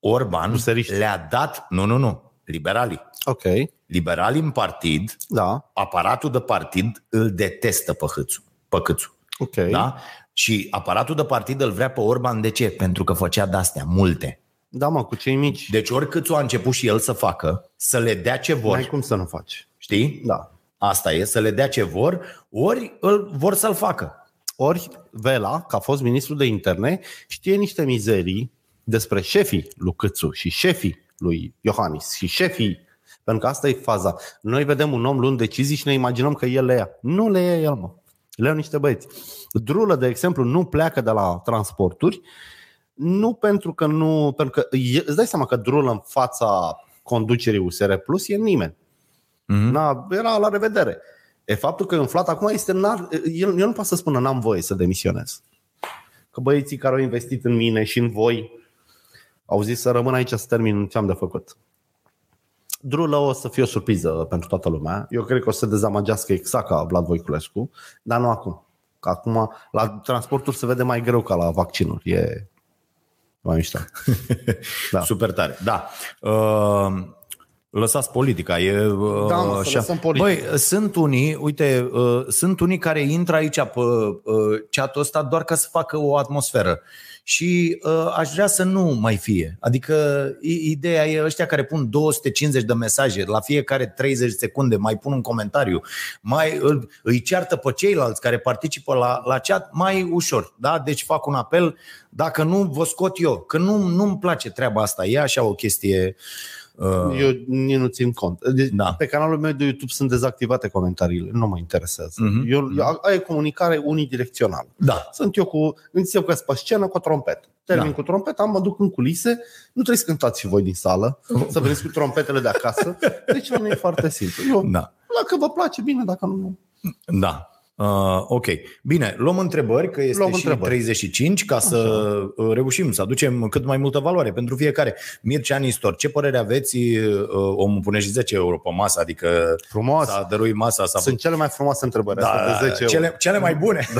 [SPEAKER 2] Orban
[SPEAKER 3] Useriști.
[SPEAKER 2] le-a dat, nu, nu, nu, liberalii.
[SPEAKER 3] Ok.
[SPEAKER 2] Liberalii în partid,
[SPEAKER 3] Da.
[SPEAKER 2] aparatul de partid îl detestă pe Hâțu, pe Câțu.
[SPEAKER 3] Ok.
[SPEAKER 2] Da? Și aparatul de partid îl vrea pe Orban de ce? Pentru că făcea de-astea multe.
[SPEAKER 3] Da, mă, cu cei mici.
[SPEAKER 2] Deci ori Câțu a început și el să facă, să le dea ce vor,
[SPEAKER 3] N-ai cum să nu faci.
[SPEAKER 2] știi?
[SPEAKER 3] Da.
[SPEAKER 2] Asta e, să le dea ce vor, ori îl vor să-l facă.
[SPEAKER 3] Ori Vela, că a fost ministru de interne, știe niște mizerii despre șefii lui Câțu și șefii lui Iohannis și șefii pentru că asta e faza. Noi vedem un om luând decizii și ne imaginăm că el le ia. Nu le ia el, mă. Le iau niște băieți. Drulă, de exemplu, nu pleacă de la transporturi, nu pentru că nu... Pentru că e- îți dai seama că Drulă în fața conducerii USR Plus e nimeni. Na, era la revedere. E faptul că e înflat acum este... N-ar, el, eu nu pot să spună n-am voie să demisionez. Că băieții care au investit în mine și în voi au zis să rămân aici să termin ce am de făcut. Drulă o să fie o surpriză pentru toată lumea. Eu cred că o să se dezamăgească exact ca Vlad Voiculescu, dar nu acum. Că acum la transporturi se vede mai greu ca la vaccinuri. E mai mișcat. Da.
[SPEAKER 2] Super tare, da. Uh, lăsați politica. E, uh,
[SPEAKER 3] Da, mă, să lăsăm politica.
[SPEAKER 2] Băi, sunt unii, uite, uh, sunt unii care intră aici pe uh, chatul ăsta doar ca să facă o atmosferă. Și uh, aș vrea să nu mai fie. Adică i- ideea e ăștia care pun 250 de mesaje, la fiecare 30 secunde mai pun un comentariu, mai îl, îi ceartă pe ceilalți care participă la, la chat mai ușor. Da? Deci fac un apel, dacă nu vă scot eu, că nu, nu-mi place treaba asta, e așa o chestie Uh,
[SPEAKER 3] Eu nici nu țin cont. Deci,
[SPEAKER 2] Da.
[SPEAKER 3] Pe canalul meu de YouTube sunt dezactivate comentariile, nu mă interesează.
[SPEAKER 2] Mhm.
[SPEAKER 3] Eu, eu, aia e comunicare unidirecțională.
[SPEAKER 2] da.
[SPEAKER 3] Sunt eu cu, înțeleg că pe scenă cu trompet. Termin
[SPEAKER 2] Da.
[SPEAKER 3] da. cu trompeta, mă duc în culise, nu trebuie să cântați și voi din sală,
[SPEAKER 2] Oh.
[SPEAKER 3] să veniți cu trompetele de acasă. Deci nu e foarte simplu. Eu,
[SPEAKER 2] Da.
[SPEAKER 3] dacă vă place, bine, dacă nu, nu.
[SPEAKER 2] Da. Uh, ok. Bine, luăm întrebări, că este
[SPEAKER 3] Luăm
[SPEAKER 2] și
[SPEAKER 3] întrebări.
[SPEAKER 2] 35, ca să uh, reușim să aducem cât mai multă valoare pentru fiecare. Mircea Nistor, ce părere aveți? Uh, omul pune și 10 euro pe masă, adică
[SPEAKER 3] Frumos.
[SPEAKER 2] s-a dăruit masa, s-a
[SPEAKER 3] Sunt cele mai frumoase întrebări.
[SPEAKER 2] da,
[SPEAKER 3] astea de 10
[SPEAKER 2] cele,
[SPEAKER 3] euro. Da.
[SPEAKER 2] cele mai bune.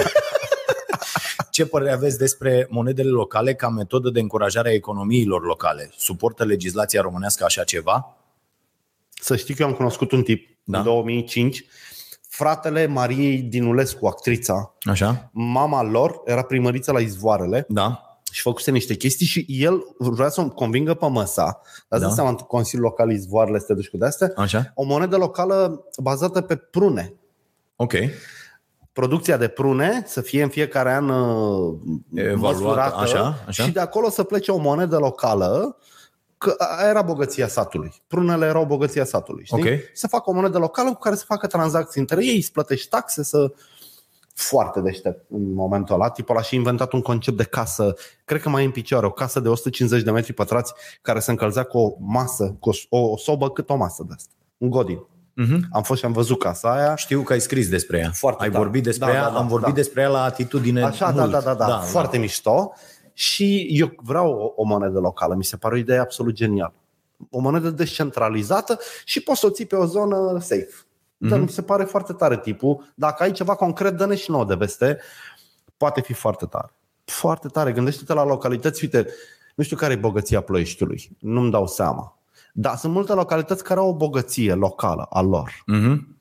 [SPEAKER 2] Ce părere aveți despre monedele locale ca metodă de încurajare a economiilor locale? Suportă legislația românească așa ceva?
[SPEAKER 3] Să știi că eu am cunoscut un tip
[SPEAKER 2] Da.
[SPEAKER 3] da. în 2005, fratele Mariei Dinulescu, actrița.
[SPEAKER 2] Așa?
[SPEAKER 3] Mama lor era primăriță la Izvoarele
[SPEAKER 2] Da.
[SPEAKER 3] și făcuse niște chestii și el vrea să o convingă pe măsa. Dar
[SPEAKER 2] Da.
[SPEAKER 3] da. seama, Consiliul Local Izvoarele este duci cu de-astea.
[SPEAKER 2] Așa?
[SPEAKER 3] O monedă locală bazată pe prune.
[SPEAKER 2] Ok.
[SPEAKER 3] Producția de prune să fie în fiecare an uh,
[SPEAKER 2] Evaluată,
[SPEAKER 3] măsurată
[SPEAKER 2] așa, așa.
[SPEAKER 3] și de acolo să plece o monedă locală că aia era bogăția satului. Prunele erau bogăția satului. Știi?
[SPEAKER 2] Ok.
[SPEAKER 3] Să facă o monedă locală cu care să facă tranzacții între ei, îți plătești taxe, să foarte deștept în momentul ăla. Tipul ăla și-a inventat un concept de casă, cred că mai e în picioare, o casă de 150 de metri pătrați care se încălzea cu o masă, cu o, o sobă cât o masă de asta. Un godin.
[SPEAKER 2] Mhm.
[SPEAKER 3] Am fost și am văzut casa aia.
[SPEAKER 2] Știu că ai scris despre ea.
[SPEAKER 3] Foarte
[SPEAKER 2] ai
[SPEAKER 3] tare.
[SPEAKER 2] vorbit despre da, ea, da, da, am vorbit da. despre ea la atitudine
[SPEAKER 3] Așa, da,
[SPEAKER 2] mult.
[SPEAKER 3] da, da, da, da, foarte mișto. Și eu vreau o, o monedă locală, mi se pare o idee absolut genială. O monedă descentralizată și poți să o ții pe o zonă safe. Dar
[SPEAKER 2] Mhm.
[SPEAKER 3] mi se pare foarte tare tipul. Dacă ai ceva concret, dă-ne și nouă de veste. Poate fi foarte tare. Foarte tare. Gândește-te la localități. Uite, nu știu care e bogăția ploieștiului. Nu-mi dau seama. Dar sunt multe localități care au o bogăție locală a lor.
[SPEAKER 2] Mhm.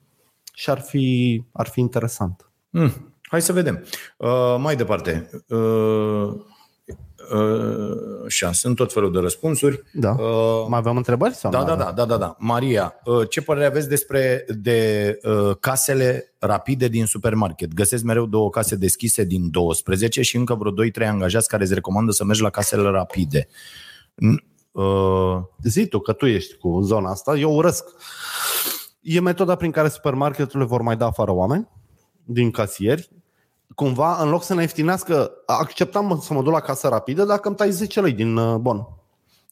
[SPEAKER 3] Și ar fi, ar fi interesant.
[SPEAKER 2] Mm. Hai să vedem. Uh, mai departe. Uh, uh, așa, sunt tot felul de răspunsuri.
[SPEAKER 3] Da.
[SPEAKER 2] Uh,
[SPEAKER 3] Mai aveam întrebări? Sau
[SPEAKER 2] Da,
[SPEAKER 3] nu
[SPEAKER 2] da,
[SPEAKER 3] aveam?
[SPEAKER 2] da, da, da, da. Maria, uh, ce părere aveți despre de uh, casele rapide din supermarket? Găsesc mereu două case deschise din 12 și încă vreo 2-3 angajați care îți recomandă să mergi la casele rapide. N- uh,
[SPEAKER 3] zi tu că tu ești cu zona asta, eu urăsc. E metoda prin care supermarketurile vor mai da afară oameni din casieri. Cumva, în loc să ne ieftinească, acceptam să mă duc la casă rapidă dacă îmi tai 10 lei din uh, bon.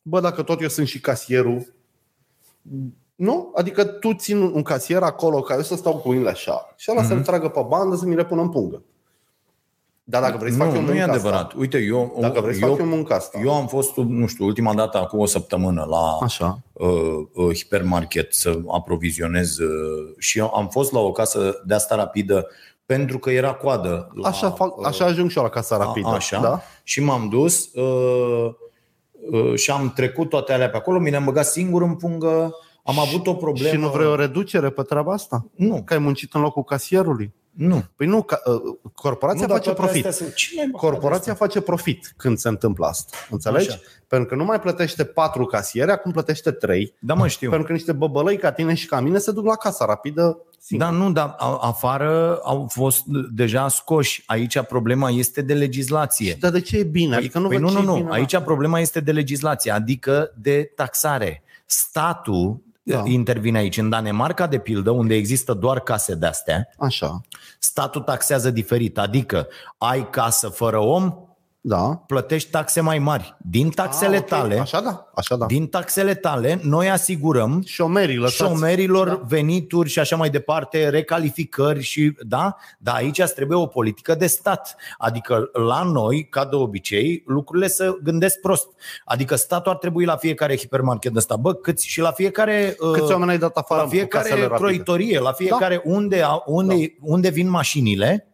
[SPEAKER 3] Bă, dacă tot eu sunt și casierul, nu? Adică tu țin un casier acolo ca eu să stau cu mâinile așa și ăla mm-hmm.
[SPEAKER 2] Mhm.
[SPEAKER 3] să-mi tragă pe bandă să mi le pună în pungă. Dar dacă vrei să fac eu
[SPEAKER 2] nu, nu e
[SPEAKER 3] munca asta-
[SPEAKER 2] adevărat. Uite, eu,
[SPEAKER 3] Dacă vrei să
[SPEAKER 2] eu,
[SPEAKER 3] fac eu munca asta.
[SPEAKER 2] eu am fost, nu știu, ultima dată acum o săptămână la
[SPEAKER 3] Așa.
[SPEAKER 2] uh, uh, hipermarket să aprovizionez uh, și eu am fost la o casă de asta rapidă pentru că era coadă. La,
[SPEAKER 3] Așa, fac, așa ajung și eu la casa rapidă.
[SPEAKER 2] A, așa.
[SPEAKER 3] Da?
[SPEAKER 2] Și m-am dus uh, uh, și am trecut toate alea pe acolo, mi le-am băgat singur în pungă, am avut o problemă.
[SPEAKER 3] Și nu vrei o reducere pe treaba asta?
[SPEAKER 2] Nu,
[SPEAKER 3] Că ai muncit în locul casierului?
[SPEAKER 2] nu.
[SPEAKER 3] Păi nu, ca, uh,
[SPEAKER 2] nu,
[SPEAKER 3] corporația
[SPEAKER 2] dar
[SPEAKER 3] face
[SPEAKER 2] toate
[SPEAKER 3] profit.
[SPEAKER 2] astea sunt- Cine ai băgat
[SPEAKER 3] Corporația face profit când se întâmplă asta. Înțelegi?
[SPEAKER 2] Așa.
[SPEAKER 3] Așa. Pentru că nu mai plătește patru casiere, acum plătește trei.
[SPEAKER 2] Da, mă știu.
[SPEAKER 3] Pentru că niște băbălăi ca tine și ca mine se duc la casa rapidă. Singur.
[SPEAKER 2] Da, nu, dar a- afară au fost deja scoși. Aici problema este de legislație.
[SPEAKER 3] Dar de ce e bine? Adică
[SPEAKER 2] Da.
[SPEAKER 3] nu
[SPEAKER 2] păi
[SPEAKER 3] văd
[SPEAKER 2] nu, nu,
[SPEAKER 3] ce e
[SPEAKER 2] nu.
[SPEAKER 3] bine,
[SPEAKER 2] Aici problema este de legislație, adică de taxare. Statul eh,
[SPEAKER 3] Da.
[SPEAKER 2] intervine aici. În Danemarca, de pildă, unde există doar case de-astea,
[SPEAKER 3] da. Așa.
[SPEAKER 2] statul taxează diferit. Adică ai casă fără om,
[SPEAKER 3] Da.
[SPEAKER 2] plătești taxe mai mari. Din taxele
[SPEAKER 3] Ah, ok.
[SPEAKER 2] tale,
[SPEAKER 3] Așa da. Așa da.
[SPEAKER 2] din taxele tale, noi asigurăm
[SPEAKER 3] Șomerii lăsați.
[SPEAKER 2] șomerilor da. venituri și așa mai departe, recalificări și da, dar aici îți trebuie o politică de stat. Adică la noi, ca de obicei, lucrurile se gândesc prost. Adică statul ar trebui la fiecare hipermarket ăsta, bă, câți și la fiecare uh,
[SPEAKER 3] Câți oameni ai dat afară
[SPEAKER 2] la
[SPEAKER 3] în casele
[SPEAKER 2] fiecare
[SPEAKER 3] rapide? Da.
[SPEAKER 2] croitorie, la fiecare unde, a- unde, unde vin mașinile,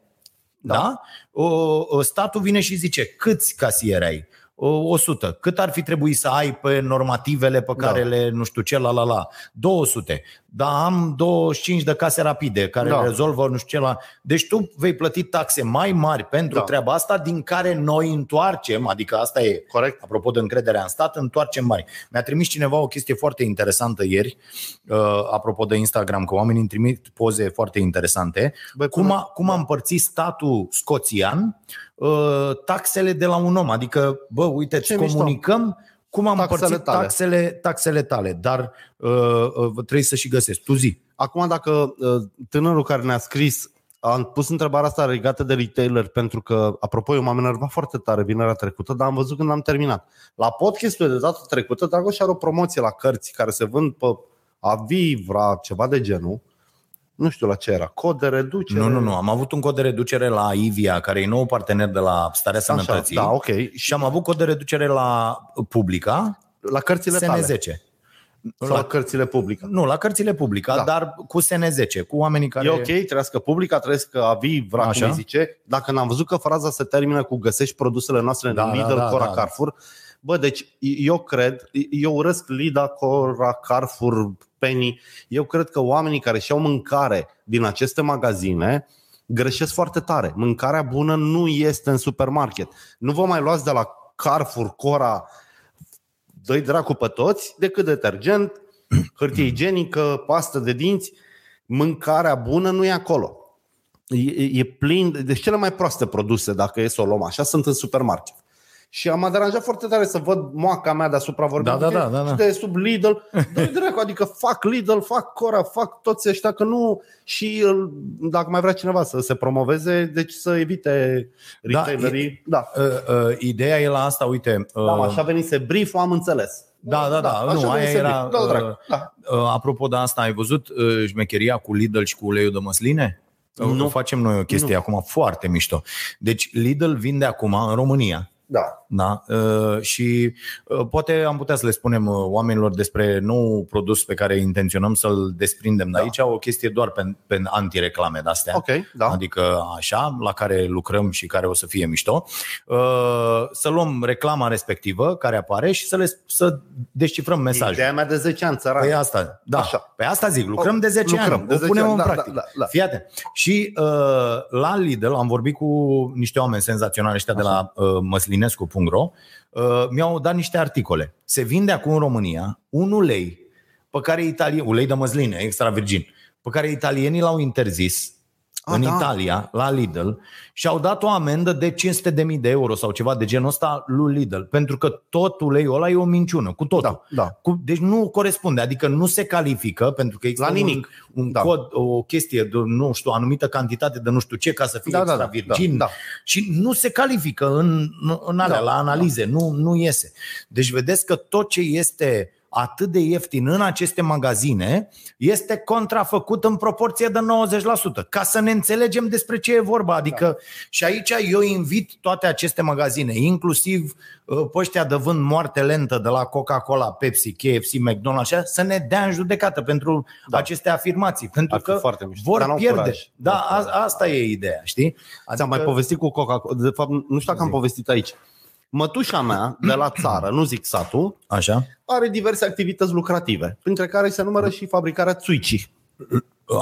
[SPEAKER 2] da. da? O, o, statul vine și zice câți casieri ai? O, 100. Cât ar fi trebuit să ai pe normativele pe care
[SPEAKER 3] Da.
[SPEAKER 2] le, nu știu ce, la la la? 200. Dar am 25 de case rapide care da.
[SPEAKER 3] Da.
[SPEAKER 2] rezolvă nu știu ce la... Deci tu vei plăti taxe mai mari pentru da.
[SPEAKER 3] Da.
[SPEAKER 2] treaba asta din care noi întoarcem, adică asta e
[SPEAKER 3] Corect.
[SPEAKER 2] apropo de încrederea în stat, întoarcem mari. Mi-a trimis cineva o chestie foarte interesantă ieri, uh, apropo de Instagram, că oamenii îmi trimit poze foarte interesante.
[SPEAKER 3] Băi, da.
[SPEAKER 2] cum, a, cum a împărțit statul scoțian uh, taxele de la un om? Adică, bă, uite,
[SPEAKER 3] Ce
[SPEAKER 2] îți
[SPEAKER 3] mișto.
[SPEAKER 2] comunicăm cum am
[SPEAKER 3] Taxele
[SPEAKER 2] împărțit
[SPEAKER 3] tale.
[SPEAKER 2] taxele, taxele tale, dar uh, uh, trebuie să și găsești. Tu zi.
[SPEAKER 3] Acum, dacă uh, tânărul care ne-a scris am pus întrebarea asta legată de retailer pentru că, apropo, eu m-am enervat foarte tare vinerea trecută, dar am văzut când am terminat. La podcastul de data trecută, Dragoș are o promoție la cărți care se vând pe Aviv, la ceva de genul. Nu știu la ce era. Cod de reducere.
[SPEAKER 2] Nu, nu, nu. Am avut un cod de reducere la Ivia, care e nou partener de la Starea
[SPEAKER 3] Așa,
[SPEAKER 2] Sănătății.
[SPEAKER 3] da, ok.
[SPEAKER 2] Și am avut cod de reducere la Publica,
[SPEAKER 3] La cărțile tale.
[SPEAKER 2] SN10.
[SPEAKER 3] Sau la
[SPEAKER 2] La,
[SPEAKER 3] cărțile publice.
[SPEAKER 2] nu, la cărțile Publica,
[SPEAKER 3] Da.
[SPEAKER 2] da. dar cu SN10, cu oamenii care...
[SPEAKER 3] E ok, trească publica, trească aviv, vra, cum
[SPEAKER 2] Așa.
[SPEAKER 3] îi zice. Dacă n-am văzut că fraza se termină cu găsești produsele noastre în
[SPEAKER 2] Da, da,
[SPEAKER 3] Lidl,
[SPEAKER 2] da,
[SPEAKER 3] Cora,
[SPEAKER 2] da.
[SPEAKER 3] Carrefour, bă, deci eu cred, eu urăsc Lidl, Cora, Carrefour, Penny. Eu cred că oamenii care și-au mâncare din aceste magazine greșesc foarte tare. Mâncarea bună nu este în supermarket. Nu vă mai luați de la Carrefour, Cora, dă-i dracu pe toți, decât detergent, hârtie igienică, pastă de dinți, mâncarea bună nu e acolo. E, e plin, deci cele mai proaste produse, dacă e să o luăm așa, sunt în supermarket. Și am deranjat foarte tare să văd moaca mea deasupra vorbim
[SPEAKER 2] Da, da, da, da, da.
[SPEAKER 3] și de sub Lidl. Dă-i dracu, adică fac Lidl, fac Cora, fac toți ăștia că nu și îl- dacă mai vrea cineva să se promoveze, deci să evite
[SPEAKER 2] Da,
[SPEAKER 3] retailerii. Da, da.
[SPEAKER 2] Uh, uh, ideea e la asta, uite... Uh,
[SPEAKER 3] Da, așa venise brief am înțeles.
[SPEAKER 2] Da, da, da, nu,
[SPEAKER 3] așa
[SPEAKER 2] aia
[SPEAKER 3] venise
[SPEAKER 2] era,
[SPEAKER 3] brief. Da, dracu,
[SPEAKER 2] uh,
[SPEAKER 3] da.
[SPEAKER 2] Uh, apropo de asta, ai văzut uh, șmecheria cu Lidl și cu uleiul de măsline?
[SPEAKER 3] Nu.
[SPEAKER 2] Nu. Facem noi o chestie
[SPEAKER 3] Nu.
[SPEAKER 2] acum foarte mișto. Deci Lidl vinde acum în România.
[SPEAKER 3] da.
[SPEAKER 2] Da? Uh, și uh, poate am putea să le spunem uh, oamenilor despre nou produs pe care intenționăm să-l desprindem. Dar
[SPEAKER 3] Da.
[SPEAKER 2] aici o chestie doar pe, pe antireclame de-astea.
[SPEAKER 3] Ok, da.
[SPEAKER 2] Adică așa, la care lucrăm și care o să fie mișto, uh, să luăm reclama respectivă care apare și să, le, să descifrăm mesajul.
[SPEAKER 3] Ideea mea de 10 ani, țăran.
[SPEAKER 2] Păi asta, da.
[SPEAKER 3] Așa.
[SPEAKER 2] Așa. Pe asta zic, lucrăm de 10
[SPEAKER 3] Lucrăm
[SPEAKER 2] ani, de
[SPEAKER 3] de 10
[SPEAKER 2] o punem
[SPEAKER 3] ani,
[SPEAKER 2] în
[SPEAKER 3] da,
[SPEAKER 2] practic.
[SPEAKER 3] da, da, da.
[SPEAKER 2] Fii atent. Și uh, la Lidl am vorbit cu niște oameni senzaționali ăștia de la uh, măslinescu.ro, uh, mi-au dat niște articole. Se vinde acum în România un ulei pe care italieni, ulei de măsline, extra virgin, pe care italienii l-au interzis
[SPEAKER 3] A,
[SPEAKER 2] în
[SPEAKER 3] da.
[SPEAKER 2] Italia, la Lidl, și au dat o amendă de 500.000 de euro sau ceva de genul ăsta lui Lidl, pentru că tot uleiul ăla e o minciună, cu totul.
[SPEAKER 3] Da, da.
[SPEAKER 2] Cu, deci nu corespunde, adică nu se califică pentru că există
[SPEAKER 3] La nimic.
[SPEAKER 2] un, un
[SPEAKER 3] Da.
[SPEAKER 2] da. cod, o chestie de nu știu, anumită cantitate de nu știu ce ca să fie
[SPEAKER 3] Da,
[SPEAKER 2] da,
[SPEAKER 3] da,
[SPEAKER 2] extra
[SPEAKER 3] da,
[SPEAKER 2] virgin
[SPEAKER 3] da, da.
[SPEAKER 2] și nu se califică în, în alea,
[SPEAKER 3] Da,
[SPEAKER 2] da, la analize, da. nu, nu iese. Deci vedeți că tot ce este atât de ieftin în aceste magazine este contrafăcut în proporție de 90%, ca să ne înțelegem despre ce e vorba. Adică, da. și aici eu invit toate aceste magazine, inclusiv uh, pe ăștia de vând moarte lentă de la Coca-Cola, Pepsi, KFC, McDonald's, așa, să ne dea în judecată pentru da. aceste afirmații, pentru
[SPEAKER 3] Ar fi
[SPEAKER 2] că
[SPEAKER 3] foarte mișto,
[SPEAKER 2] vor
[SPEAKER 3] dar n-au
[SPEAKER 2] pierde.
[SPEAKER 3] curaj.
[SPEAKER 2] Da,
[SPEAKER 3] N-au curaj.
[SPEAKER 2] a, asta e ideea, știi? Adică,
[SPEAKER 3] Ți-am mai povestit cu Coca-Cola. De fapt, nu știu dacă am povestit aici. Mătușa mea, de la țară, nu zic satul,
[SPEAKER 2] Așa.
[SPEAKER 3] are diverse activități lucrative, printre care se numără și fabricarea țuicii.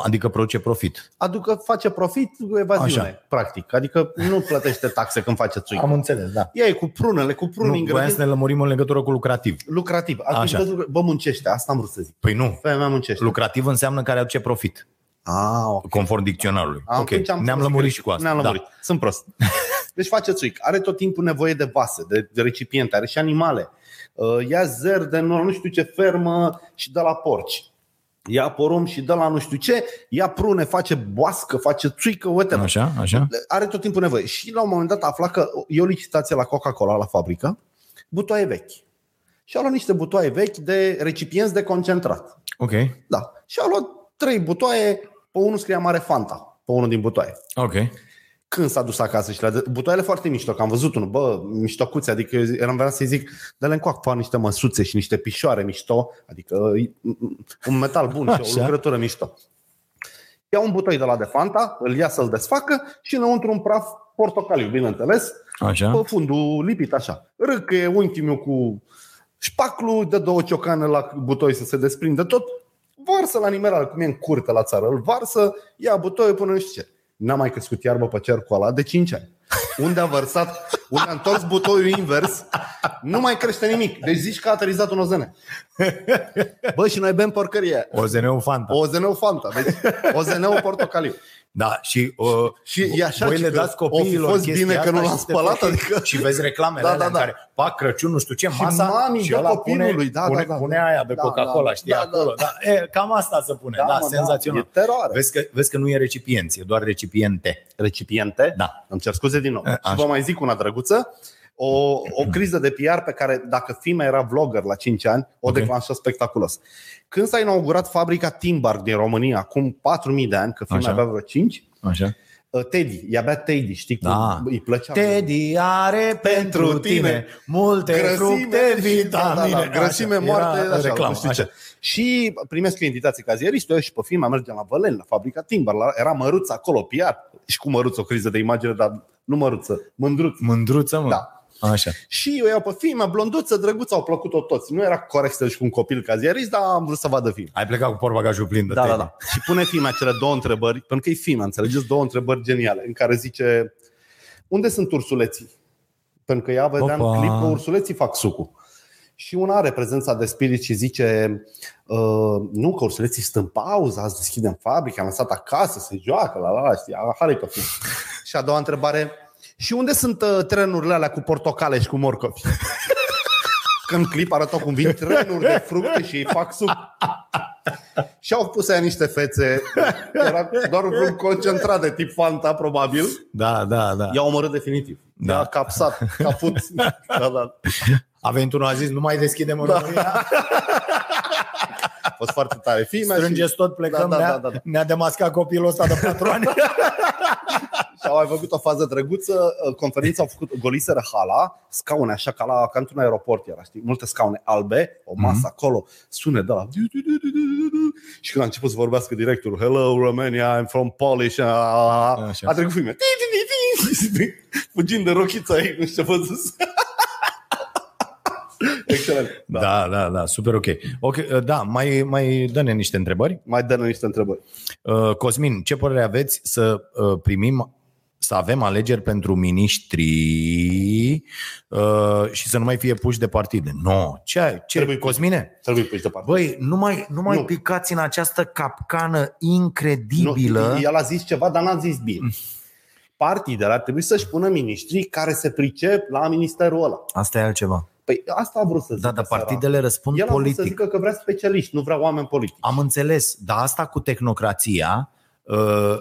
[SPEAKER 2] Adică produce profit.
[SPEAKER 3] Adică face profit cu evaziune,
[SPEAKER 2] Așa.
[SPEAKER 3] practic. Adică nu plătește taxe când face țuică.
[SPEAKER 2] înțeles, da.
[SPEAKER 3] Ea e cu prunele, cu pruni
[SPEAKER 2] Nu, voiam
[SPEAKER 3] ingrediente.
[SPEAKER 2] să ne lămurim în legătură cu lucrativ.
[SPEAKER 3] Lucrativ. Activități lucra- Bă, muncește. Asta am vrut să zic.
[SPEAKER 2] Păi nu.
[SPEAKER 3] Femeia mea muncește.
[SPEAKER 2] Lucrativ înseamnă care aduce profit,
[SPEAKER 3] Ah, ok.
[SPEAKER 2] conform dicționarului.
[SPEAKER 3] Am-
[SPEAKER 2] ok,
[SPEAKER 3] atunci am
[SPEAKER 2] ne-am
[SPEAKER 3] fost
[SPEAKER 2] lămurit
[SPEAKER 3] greșit.
[SPEAKER 2] și cu asta.
[SPEAKER 3] Ne-am lămurit. Da. Sunt prost. Deci face țuic. Are tot timpul nevoie de vase, de, de recipiente, are și animale. Uh, Ia zer de nu, nu știu ce fermă și de la porci. Ia porum și de la nu știu ce, ia prune, face boască, face țuică, uite.
[SPEAKER 2] Da. Așa, așa.
[SPEAKER 3] Are tot timpul nevoie. Și la un moment dat afla că e o licitație la Coca-Cola, la fabrică, butoaie vechi. Și au luat niște butoaie vechi de recipienți de concentrat.
[SPEAKER 2] Ok,
[SPEAKER 3] Da. Și au luat trei butoaie, pe unul scria mare Fanta, pe unul din butoaie
[SPEAKER 2] ok.
[SPEAKER 3] când s-a dus acasă și la butoaiele foarte mișto, că am văzut unul, bă, miștocuțe, adică eu zi- eram vrea să-i zic, dă-le încoac, fac niște măsuțe și niște pișoare mișto, adică e un metal bun și o
[SPEAKER 2] Așa.
[SPEAKER 3] lucrătură mișto. Ia un butoi de la de Fanta, îl ia să-l desfacă și înăuntru un praf portocaliu, bineînțeles,
[SPEAKER 2] Așa.
[SPEAKER 3] pe fundul lipit așa. Râcăie unchiul meu cu șpaclu, dă două ciocane la butoi să se desprindă tot, varsă la nimeral, cum e în curte la țară, îl varsă, ia butoiul până nu știu ce. N-a mai crescut iarbă pe cercul ăla de 5 ani. unde a vărsat, unde a întors butoiul invers, nu mai crește nimic. Deci zici că a aterizat un OZN. Bă, și noi bem porcărie.
[SPEAKER 2] OZN-ul Fanta.
[SPEAKER 3] OZN-ul Fanta, deci OZN-ul portocaliu.
[SPEAKER 2] Da, și, uh,
[SPEAKER 3] și e așa
[SPEAKER 2] voi
[SPEAKER 3] și
[SPEAKER 2] le
[SPEAKER 3] că
[SPEAKER 2] dați copiilor
[SPEAKER 3] a fost
[SPEAKER 2] chestia
[SPEAKER 3] bine că nu
[SPEAKER 2] asta
[SPEAKER 3] l-am
[SPEAKER 2] și te
[SPEAKER 3] spălat,
[SPEAKER 2] faci-
[SPEAKER 3] adică-
[SPEAKER 2] Și vezi reclamele
[SPEAKER 3] Da,
[SPEAKER 2] da,
[SPEAKER 3] da,
[SPEAKER 2] da,
[SPEAKER 3] da.
[SPEAKER 2] în care, pac, Crăciun, nu știu ce, masa
[SPEAKER 3] mami, dă
[SPEAKER 2] ăla
[SPEAKER 3] copilului,
[SPEAKER 2] pune,
[SPEAKER 3] da,
[SPEAKER 2] pune,
[SPEAKER 3] da, da.
[SPEAKER 2] pune aia de
[SPEAKER 3] Da,
[SPEAKER 2] Coca-Cola,
[SPEAKER 3] da,
[SPEAKER 2] știi,
[SPEAKER 3] da,
[SPEAKER 2] acolo. Da. E, cam asta se pune, da,
[SPEAKER 3] mă,
[SPEAKER 2] senzațional.
[SPEAKER 3] Da, e teroare.
[SPEAKER 2] Vezi că, vezi că nu e recipienți, e doar recipiente.
[SPEAKER 3] recipiente.
[SPEAKER 2] Da.
[SPEAKER 3] Îmi cer scuze din nou.
[SPEAKER 2] A,
[SPEAKER 3] Și vă
[SPEAKER 2] așa. Mm-hmm.
[SPEAKER 3] mai zic una drăguță. O, o criză de PR pe care, dacă Fima era vlogger la 5 ani, o
[SPEAKER 2] Ok.
[SPEAKER 3] okay. declanșa spectaculos. Când s-a inaugurat fabrica Timbark din România, acum 4.000 de ani, că Fima
[SPEAKER 2] Așa.
[SPEAKER 3] avea vreo 5,
[SPEAKER 2] Așa.
[SPEAKER 3] uh, Teddy, e abia Teddy, știi, cum
[SPEAKER 2] Da.
[SPEAKER 3] îi plăcea.
[SPEAKER 2] Teddy are pentru tine multe fructe, vitamine.
[SPEAKER 3] da, da, grăsime
[SPEAKER 2] Așa,
[SPEAKER 3] moarte,
[SPEAKER 2] era
[SPEAKER 3] așa,
[SPEAKER 2] reclamă,
[SPEAKER 3] nu știu
[SPEAKER 2] așa.
[SPEAKER 3] ce. Și primesc eu invitații cazieristul, eu și pe Fima mergem la Vălen, la fabrica Timber, la, era măruț acolo, PR, și cu măruț o criză de imagine, dar nu măruță, mândruț.
[SPEAKER 2] Mândruță, mă.
[SPEAKER 3] Da.
[SPEAKER 2] Așa.
[SPEAKER 3] Și eu iau pe Fima, blonduță, drăguță, au plăcut-o toți. Nu era corect să-și cu un copil cazierist, dar am vrut să vadă Fima.
[SPEAKER 2] Ai plecat cu portbagajul plin de
[SPEAKER 3] Da, da,
[SPEAKER 2] Teddy.
[SPEAKER 3] da. Și pune Fima cele două întrebări, pentru că e Fima, înțelegeți? Două întrebări geniale, în care zice, unde sunt ursuleții? Pentru că ea vedea
[SPEAKER 2] Opa.
[SPEAKER 3] în clip că ursuleții fac sucul. Și una are prezența de spirit și zice, "Uh, nu, că ursuleții sunt în pauză, azi deschidem fabrica, am lăsat acasă, se joacă, la la la, știi, hare pe Fima. Și a doua întrebare, și unde sunt uh, trenurile alea cu portocale și cu morcovi? Că în clip arătau cum vin trenuri de fructe și ei fac suc. Și au pus aia niște fețe. Era doar un grup concentrat de tip Fanta, probabil.
[SPEAKER 2] Da, da, da.
[SPEAKER 3] I-au omorât definitiv.
[SPEAKER 2] Da.
[SPEAKER 3] Da. I-a capsat, caput. Da, da.
[SPEAKER 2] A venit unul, a zis, nu mai deschidem în da. România,
[SPEAKER 3] A fost foarte tare. Fimea și,
[SPEAKER 2] strângeți tot, plecăm,
[SPEAKER 3] Da, da,
[SPEAKER 2] ne-a,
[SPEAKER 3] da, da.
[SPEAKER 2] ne-a demascat copilul ăsta de patru ani.
[SPEAKER 3] și au mai făcut o fază drăguță. Conferința au făcut, goliseră hala, scaune, așa ca, la, ca într-un aeroport era, știi? Multe scaune albe, o masă mm-hmm. acolo, sune de la... Și când a început să vorbească directorul, Hello Romania, I'm from Polish, a,
[SPEAKER 2] Așa.
[SPEAKER 3] a trecut filme. Fugind de rochița ei, nu știu ce văzut. Excelent. Da.
[SPEAKER 2] da, da, da, super ok. Ok, da, mai, mai dă-ne niște întrebări.
[SPEAKER 3] Mai dă niște întrebări.
[SPEAKER 2] Uh, Cosmin, ce părere aveți să uh, primim să avem alegeri pentru miniștri uh, și să nu mai fie puși de partide. Nu, no. ce, ai? ce
[SPEAKER 3] Trebuie-
[SPEAKER 2] Cosmine?
[SPEAKER 3] Trebuie pe departe.
[SPEAKER 2] Băi, nu mai, nu mai
[SPEAKER 3] Nu.
[SPEAKER 2] nu. picați în această capcană
[SPEAKER 3] Nu,
[SPEAKER 2] incredibilă.
[SPEAKER 3] El a zis ceva, dar n-a zis bine. Partidele ar trebui să-și pună miniștrii care se pricep la ministerul ăla.
[SPEAKER 2] Asta e altceva.
[SPEAKER 3] Păi asta a vrut să zică.
[SPEAKER 2] Da, dar
[SPEAKER 3] sărac.
[SPEAKER 2] partidele răspund
[SPEAKER 3] El a vrut să
[SPEAKER 2] politic.
[SPEAKER 3] zică că vrea specialiști, nu vrea oameni politici.
[SPEAKER 2] Am înțeles, dar asta cu tehnocrația uh,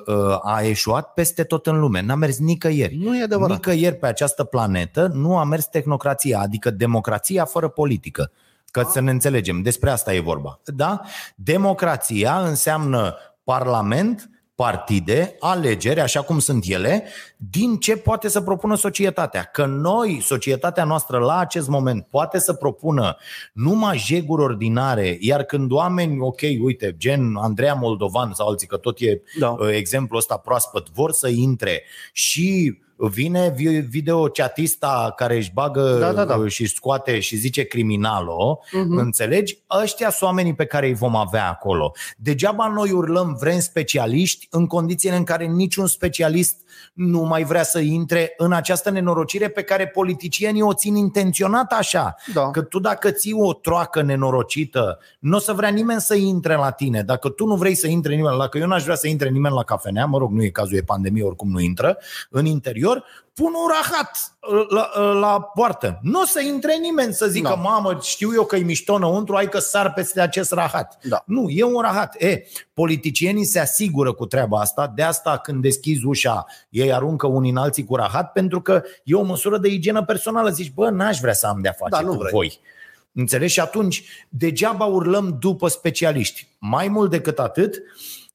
[SPEAKER 2] uh, a eșuat peste tot în lume. N-a mers nicăieri.
[SPEAKER 3] Nu e adevărat.
[SPEAKER 2] Nicăieri pe această planetă nu a mers tehnocrația, adică democrația fără politică. Că să ne înțelegem, despre asta e vorba. Da? Democrația înseamnă parlament, partide, alegeri, așa cum sunt ele, din ce poate să propună societatea. Că noi, societatea noastră, la acest moment, poate să propună numai jeguri ordinare, iar când oameni, ok, uite, gen Andreea Moldovan sau alții, că tot e
[SPEAKER 3] Da.
[SPEAKER 2] uh, exemplul ăsta proaspăt, vor să intre și vine vi- videochatista care își bagă
[SPEAKER 3] Da, da, Mhm. da.
[SPEAKER 2] uh, și scoate și zice criminalo, uh-huh. înțelegi? Ăștia sunt oamenii pe care îi vom avea acolo. Degeaba noi urlăm vrem specialiști în condițiile în care niciun specialist nu mai vrea să intre în această nenorocire pe care politicienii o țin intenționat așa.
[SPEAKER 3] Da.
[SPEAKER 2] Că tu dacă ții o troacă nenorocită, nu o să vrea nimeni să intre la tine. Dacă tu nu vrei să intre nimeni, dacă eu n-aș vrea să intre nimeni la cafenea, mă rog, nu e cazul, e pandemie, oricum nu intră, în interior, pun un rahat uh, la, la poartă. Nu o să intre nimeni să zică,
[SPEAKER 3] Da.
[SPEAKER 2] da. mamă, știu eu că e mișto înăuntru, hai că sar peste acest rahat.
[SPEAKER 3] Da.
[SPEAKER 2] Nu, e un rahat. E, politicienii se asigură cu treaba asta, de asta când deschizi ușa, ei aruncă unii în alții cu rahat, pentru că e o măsură de igienă personală. Zici, bă, n-aș vrea să am de-a face
[SPEAKER 3] Da, nu
[SPEAKER 2] cu
[SPEAKER 3] vrei.
[SPEAKER 2] voi. Înțelegi? Și atunci, degeaba urlăm după specialiști. Mai mult decât atât,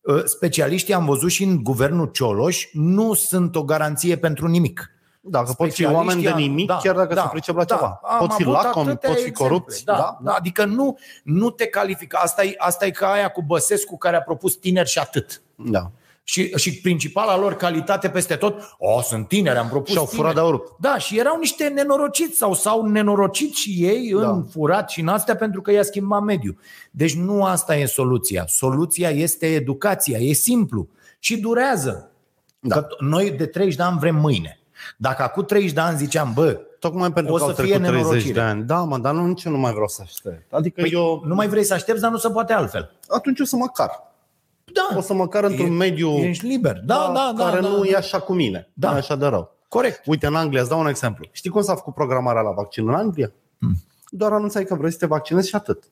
[SPEAKER 2] ă, specialiștii am văzut și în guvernul Cioloș, nu sunt o garanție pentru nimic.
[SPEAKER 3] Dacă da, pot fi
[SPEAKER 2] Specialiștii
[SPEAKER 3] oameni de
[SPEAKER 2] am-
[SPEAKER 3] nimic,
[SPEAKER 2] da,
[SPEAKER 3] chiar dacă
[SPEAKER 2] da,
[SPEAKER 3] se pricep la
[SPEAKER 2] da,
[SPEAKER 3] ceva.
[SPEAKER 2] Am
[SPEAKER 3] Pot fi
[SPEAKER 2] avut
[SPEAKER 3] lacomi,
[SPEAKER 2] atâtea
[SPEAKER 3] pot fi
[SPEAKER 2] exemple,
[SPEAKER 3] corupți.
[SPEAKER 2] Da, da, da. Adică nu, nu te califică. Asta e, asta e ca aia cu Băsescu care a propus tineri și atât.
[SPEAKER 3] da.
[SPEAKER 2] Și, și principala lor calitate peste tot, o, sunt tineri, am propus
[SPEAKER 3] Și-au
[SPEAKER 2] tineri.
[SPEAKER 3] furat de aur.
[SPEAKER 2] Da, și erau niște nenorociți sau s-au nenorocit și ei da. în furat și în astea pentru că i-a schimbat mediul. Deci nu asta e soluția. Soluția este educația, e simplu și durează. Da. Că t- noi de 30 de ani vrem mâine. Dacă acum 30 de ani ziceam, bă,
[SPEAKER 3] Tocmai pentru
[SPEAKER 2] O
[SPEAKER 3] că
[SPEAKER 2] să
[SPEAKER 3] au
[SPEAKER 2] fie
[SPEAKER 3] trecut 30
[SPEAKER 2] nenorocire.
[SPEAKER 3] de ani. Da, mă, dar nu, nici eu nu mai vreau să aștept. Adică
[SPEAKER 2] păi,
[SPEAKER 3] păi, eu,
[SPEAKER 2] nu mai vrei să aștepți, dar nu se poate altfel.
[SPEAKER 3] atunci o să mă car.
[SPEAKER 2] Da,
[SPEAKER 3] O să mă car într-un
[SPEAKER 2] E-
[SPEAKER 3] mediu
[SPEAKER 2] ești liber. Da, da, da.
[SPEAKER 3] care
[SPEAKER 2] da,
[SPEAKER 3] nu
[SPEAKER 2] da.
[SPEAKER 3] e așa cu mine.
[SPEAKER 2] Da.
[SPEAKER 3] Da. Nu e așa de rău.
[SPEAKER 2] Corect.
[SPEAKER 3] Uite, în Anglia, îți dau un exemplu. Știi cum s-a făcut programarea la vaccin în Anglia?
[SPEAKER 2] Hmm.
[SPEAKER 3] Doar anunțai că vrei să te vaccinezi și atât.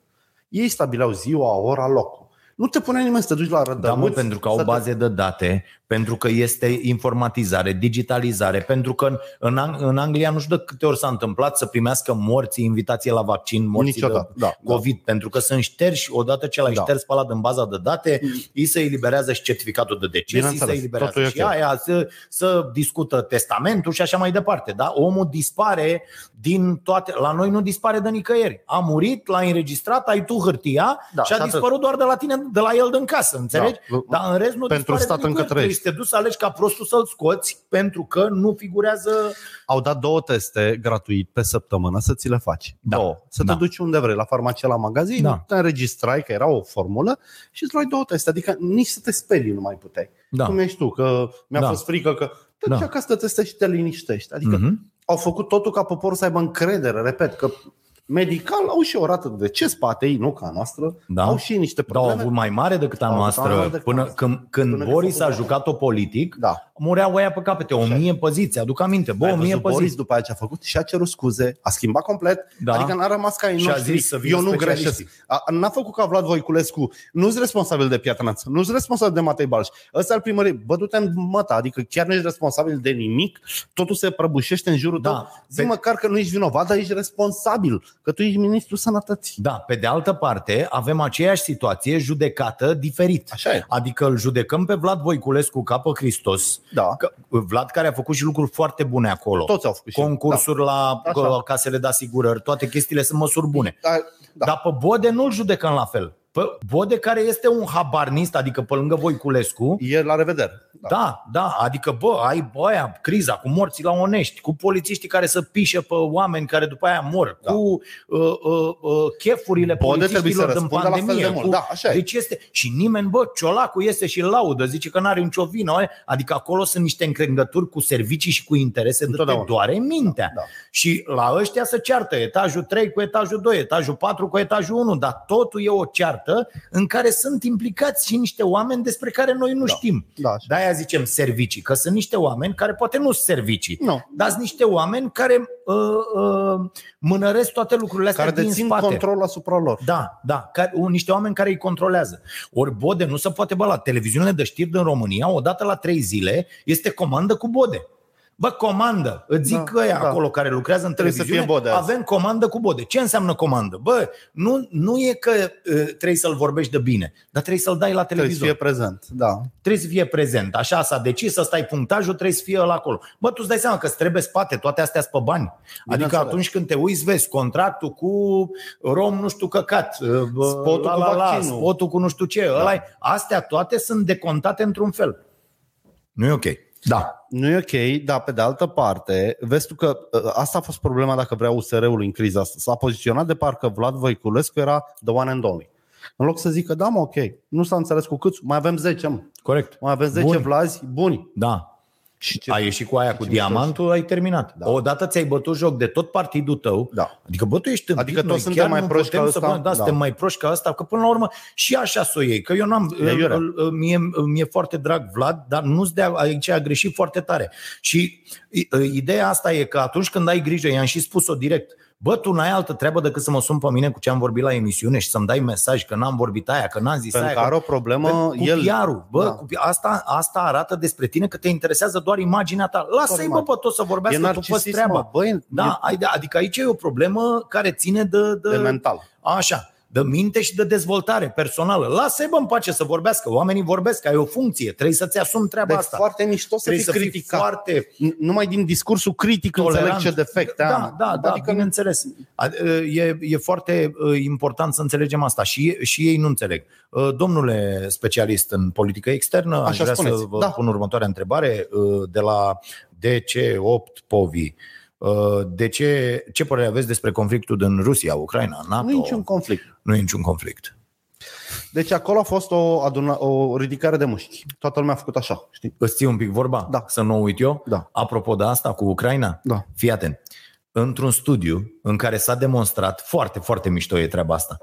[SPEAKER 3] Ei stabileau ziua, ora, locul. Nu te pune nimeni să te duci la rădăuți.
[SPEAKER 2] Da, mă, pentru că
[SPEAKER 3] să
[SPEAKER 2] au
[SPEAKER 3] te-
[SPEAKER 2] baze de date, pentru că este informatizare, digitalizare, pentru că în, în, Ang- în Anglia nu știu de câte ori s-a întâmplat să primească morții invitație la vaccin, morții
[SPEAKER 3] Niciodată,
[SPEAKER 2] de
[SPEAKER 3] da,
[SPEAKER 2] COVID, pentru că sunt șterși, odată ce l-ai da. șters pe ăla din baza de date, îi se eliberează și certificatul de deces, îi se
[SPEAKER 3] Mm. Bineînțeles,
[SPEAKER 2] eliberează
[SPEAKER 3] totul e
[SPEAKER 2] și
[SPEAKER 3] ok.
[SPEAKER 2] aia, să, să discută testamentul și așa mai departe. Da? Omul dispare din toate, la noi nu dispare de nicăieri. A murit, l-ai înregistrat, ai tu hârtia da,
[SPEAKER 3] Da,
[SPEAKER 2] și a
[SPEAKER 3] și atât.
[SPEAKER 2] dispărut doar de la tine, de la el din casă, înțelegi?
[SPEAKER 3] Da.
[SPEAKER 2] Da. Dar în rest nu
[SPEAKER 3] Pentru
[SPEAKER 2] dispare
[SPEAKER 3] stat
[SPEAKER 2] de nicăieri.
[SPEAKER 3] încă trăiești.
[SPEAKER 2] Trebuie să te duci să alegi ca prostul să-l scoți pentru că nu figurează...
[SPEAKER 3] Au dat două teste gratuit pe săptămână să ți le faci.
[SPEAKER 2] Da.
[SPEAKER 3] Două. Să te
[SPEAKER 2] Da.
[SPEAKER 3] duci unde vrei, la farmacie, la magazin,
[SPEAKER 2] Da.
[SPEAKER 3] te înregistrai că era o formulă și îți luai două teste. Adică nici să te sperii nu mai puteai.
[SPEAKER 2] Da.
[SPEAKER 3] Cum ești tu, că mi-a
[SPEAKER 2] Da.
[SPEAKER 3] fost frică că te
[SPEAKER 2] Da.
[SPEAKER 3] duci acasă, te testezi și te liniștești. Adică
[SPEAKER 2] Mhm.
[SPEAKER 3] au făcut totul ca poporul să aibă încredere, repet, că medical au și o rată de deces, poate ei, nu ca a noastră,
[SPEAKER 2] Da.
[SPEAKER 3] au și niște
[SPEAKER 2] Dar au
[SPEAKER 3] probleme.
[SPEAKER 2] avut mai mare decât a
[SPEAKER 3] Au avut mai mare
[SPEAKER 2] noastră.
[SPEAKER 3] decât
[SPEAKER 2] Până
[SPEAKER 3] noastră.
[SPEAKER 2] când, când
[SPEAKER 3] Până când
[SPEAKER 2] Boris
[SPEAKER 3] s-a
[SPEAKER 2] a
[SPEAKER 3] făcut.
[SPEAKER 2] jucat-o politic,
[SPEAKER 3] Da.
[SPEAKER 2] mureau oia pe capete. O mie pe zi, ți-aduc aminte. Bă, o
[SPEAKER 3] Ai
[SPEAKER 2] mie
[SPEAKER 3] văzut
[SPEAKER 2] pe zi.
[SPEAKER 3] Boris după aia ce a făcut și a cerut scuze, a schimbat complet,
[SPEAKER 2] Da.
[SPEAKER 3] da. adică n-a rămas ca ei
[SPEAKER 2] Și a
[SPEAKER 3] noștri.
[SPEAKER 2] zis să vină
[SPEAKER 3] Eu nu
[SPEAKER 2] specialiștii.
[SPEAKER 3] greșesc. A, n-a făcut ca Vlad Voiculescu, nu-s responsabil de Piatanaț, nu-s responsabil de Matei Balș. Ăsta al primării, bă, du-te în măta, adică chiar nu ești responsabil de nimic, totul se prăbușește în jurul
[SPEAKER 2] Da.
[SPEAKER 3] tău. Zi
[SPEAKER 2] Pe-
[SPEAKER 3] măcar că nu ești vinovat, dar ești responsabil, că tu ești ministrul sănătății.
[SPEAKER 2] Da, pe de altă parte, avem aceeași situație judecată diferit.
[SPEAKER 3] Așa e.
[SPEAKER 2] Adică îl judecăm pe Vlad Voiculescu ca pe Hristos.
[SPEAKER 3] Da.
[SPEAKER 2] Că, Vlad care a făcut și lucruri foarte bune acolo.
[SPEAKER 3] Toți au făcut și-
[SPEAKER 2] Concursuri la
[SPEAKER 3] Deci, da. Așa.
[SPEAKER 2] uh, casele de asigurări, toate chestiile sunt măsuri bune.
[SPEAKER 3] Da.
[SPEAKER 2] Da.
[SPEAKER 3] Da.
[SPEAKER 2] Dar pe Bode nu-l judecăm la fel. Pe Bode care este un habarnist, adică pe lângă Voiculescu,
[SPEAKER 3] E la revedere.
[SPEAKER 2] da, da, da adică bă, ai bă, aia, criza cu morții la onești, cu polițiștii care să pișe pe oameni care după aia mor, da.
[SPEAKER 3] Da.
[SPEAKER 2] cu uh, uh, uh, chefurile
[SPEAKER 3] Bode trebuie
[SPEAKER 2] polițiștilor
[SPEAKER 3] să
[SPEAKER 2] din
[SPEAKER 3] răspundă la fel de
[SPEAKER 2] pandemie.
[SPEAKER 3] mult.
[SPEAKER 2] cu,
[SPEAKER 3] Da, așa e.
[SPEAKER 2] deci este, și nimeni, bă, Ciolacu iese și laudă, zice că n-are nicio vină, oare? adică acolo sunt niște încrengături cu servicii și cu interese de te
[SPEAKER 3] Întotdeauna.
[SPEAKER 2] doare mintea.
[SPEAKER 3] Da.
[SPEAKER 2] Și la ăștia se ceartă etajul 3 cu etajul 2, etajul 4 cu etajul 1, dar totul e o ceartă în care sunt implicați și niște oameni despre care noi nu
[SPEAKER 3] Da.
[SPEAKER 2] știm.
[SPEAKER 3] Da, așa.
[SPEAKER 2] De-aia zicem servicii, că sunt niște oameni care poate nu sunt servicii,
[SPEAKER 3] Nu.
[SPEAKER 2] dar sunt niște oameni care uh, uh, mânăresc toate lucrurile astea
[SPEAKER 3] Care
[SPEAKER 2] din
[SPEAKER 3] dețin
[SPEAKER 2] spate.
[SPEAKER 3] control asupra lor.
[SPEAKER 2] Da, da, care, un- niște oameni care îi controlează. Ori Bode nu se poate bă la televiziunile de știri din România, odată la trei zile, este comandă cu Bode. Bă, comandă, îți zic
[SPEAKER 3] Da,
[SPEAKER 2] da, ăia
[SPEAKER 3] da.
[SPEAKER 2] da. acolo care lucrează în
[SPEAKER 3] Trebuie să
[SPEAKER 2] televiziune,
[SPEAKER 3] fie Bode azi.
[SPEAKER 2] avem comandă cu Bode. Ce înseamnă comandă? Bă, nu, nu e că uh, trebuie să-l vorbești de bine, dar trebuie să-l dai la
[SPEAKER 3] Trebuie să
[SPEAKER 2] televizor
[SPEAKER 3] fie prezent. Da.
[SPEAKER 2] trebuie să fie prezent. Așa s-a decis, ăsta e punctajul, trebuie să fie ăla acolo. Bă, tu îți dai seama că îți trebuie spate, toate astea sunt pe bani. Adică
[SPEAKER 3] Bineînțeles.
[SPEAKER 2] atunci când te uiți, vezi contractul cu rom nu știu căcat, bă,
[SPEAKER 3] Spotul cu vaccinul.
[SPEAKER 2] spotul cu nu știu ce, da. ăla astea toate sunt decontate într-un fel. Nu e ok. Da.
[SPEAKER 3] Nu e ok, dar pe de altă parte, vezi tu că ă, asta a fost problema dacă vrea USR-ul în criza asta. S-a poziționat de parcă Vlad Voiculescu era the one and only. În loc să zică, da mă, ok, nu s-a înțeles cu câți, mai avem 10, mă.
[SPEAKER 2] Corect.
[SPEAKER 3] Mai avem 10
[SPEAKER 2] Buni.
[SPEAKER 3] Vlazi buni.
[SPEAKER 2] Da.
[SPEAKER 3] Și ce?
[SPEAKER 2] Ce? Ai ieșit cu aia cu
[SPEAKER 3] ce
[SPEAKER 2] diamantul, ai terminat. Da.
[SPEAKER 3] Da.
[SPEAKER 2] Odată ți-ai bătut joc de tot partidul tău.
[SPEAKER 3] Da.
[SPEAKER 2] Adică, bă, tu ești tâmpit,
[SPEAKER 3] Adică toți
[SPEAKER 2] noi
[SPEAKER 3] suntem
[SPEAKER 2] chiar
[SPEAKER 3] mai
[SPEAKER 2] nu
[SPEAKER 3] proști
[SPEAKER 2] putem
[SPEAKER 3] ca
[SPEAKER 2] să
[SPEAKER 3] ăsta?
[SPEAKER 2] bă- Da,
[SPEAKER 3] Da.
[SPEAKER 2] suntem mai proști ca asta, că până la urmă și așa să o iei. Că eu n-am...
[SPEAKER 3] E iurea.
[SPEAKER 2] îl- îl- Mie, mi-e foarte drag Vlad, dar nu-ți dea aici a greșit foarte tare. Și i- ă, ideea asta e că atunci când ai grijă, i-am și spus-o direct, Bă, tu n-ai altă treabă decât să mă sun pe mine cu ce am vorbit la emisiune și să-mi dai mesaj că n-am vorbit aia, că n-am zis
[SPEAKER 3] Pentru
[SPEAKER 2] aia.
[SPEAKER 3] că
[SPEAKER 2] că-
[SPEAKER 3] are o problemă,
[SPEAKER 2] cu
[SPEAKER 3] el...
[SPEAKER 2] PR-ul, bă,
[SPEAKER 3] Da.
[SPEAKER 2] cu, asta, asta arată despre tine că te interesează doar imaginea ta. Lasă-i, bă,
[SPEAKER 3] imagine.
[SPEAKER 2] pe toți să
[SPEAKER 3] E
[SPEAKER 2] vorbească, tu fă
[SPEAKER 3] narcisism, mă,
[SPEAKER 2] treaba.
[SPEAKER 3] băi,
[SPEAKER 2] Da, ă, ai de, adică aici e o problemă care ține de,
[SPEAKER 3] e de
[SPEAKER 2] de,
[SPEAKER 3] mental.
[SPEAKER 2] așa, de minte și de dezvoltare personală. Lasă-i, bă, în pace să vorbească. Oamenii vorbesc, ai o funcție, trebuie să-ți asumi treaba
[SPEAKER 3] Deci
[SPEAKER 2] asta.
[SPEAKER 3] foarte mișto să fii
[SPEAKER 2] trebuie să fii
[SPEAKER 3] criticat.
[SPEAKER 2] foarte
[SPEAKER 3] N- Numai din discursul critic
[SPEAKER 2] tolerant.
[SPEAKER 3] înțeleg ce defecte
[SPEAKER 2] Da,
[SPEAKER 3] am.
[SPEAKER 2] da, da,
[SPEAKER 3] adică
[SPEAKER 2] adică bineînțeles. Ad- E, e foarte uh, important să înțelegem asta și, și ei nu înțeleg. Uh, Domnule specialist în politică externă, aș
[SPEAKER 3] Așa
[SPEAKER 2] vrea să
[SPEAKER 3] spuneți,
[SPEAKER 2] vă
[SPEAKER 3] da.
[SPEAKER 2] pun următoarea întrebare uh, de la DC8 Povi. Uh, De ce, ce părere aveți despre conflictul din Rusia, Ucraina, NATO?
[SPEAKER 3] nu e niciun conflict.
[SPEAKER 2] nu e niciun conflict.
[SPEAKER 3] Deci acolo a fost o, aduna, o ridicare de mușchi. Toată lumea a făcut așa, știi?
[SPEAKER 2] Îți ții un pic vorba?
[SPEAKER 3] Da.
[SPEAKER 2] Să nu o uit eu?
[SPEAKER 3] Da.
[SPEAKER 2] Apropo de asta cu Ucraina?
[SPEAKER 3] Da.
[SPEAKER 2] Fii atent. Într-un studiu în care s-a demonstrat, foarte, foarte mișto e treaba asta,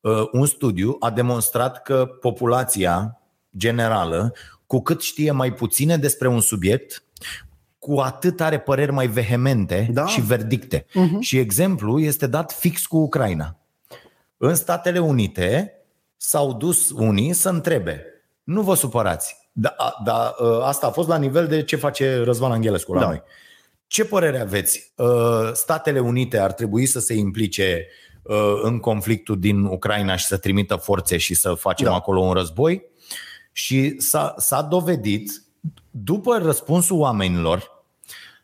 [SPEAKER 2] Uh, un studiu a demonstrat că populația generală, cu cât știe mai puține despre un subiect, cu atât are păreri mai vehemente
[SPEAKER 3] Da. Mhm.
[SPEAKER 2] și verdicte. Uh-huh. Și exemplu este dat fix cu Ucraina. În Statele Unite s-au dus unii să întrebe. Nu vă supărați. Da, a- da, ă, asta a fost la nivel de ce face Răzvan Anghelescu la
[SPEAKER 3] Da.
[SPEAKER 2] da. noi. Ce părere aveți? Ă, Statele Unite ar trebui să se implice ă, în conflictul din Ucraina și să trimită forțe și să facem da. acolo un război? Și s-a, s-a dovedit, după răspunsul oamenilor,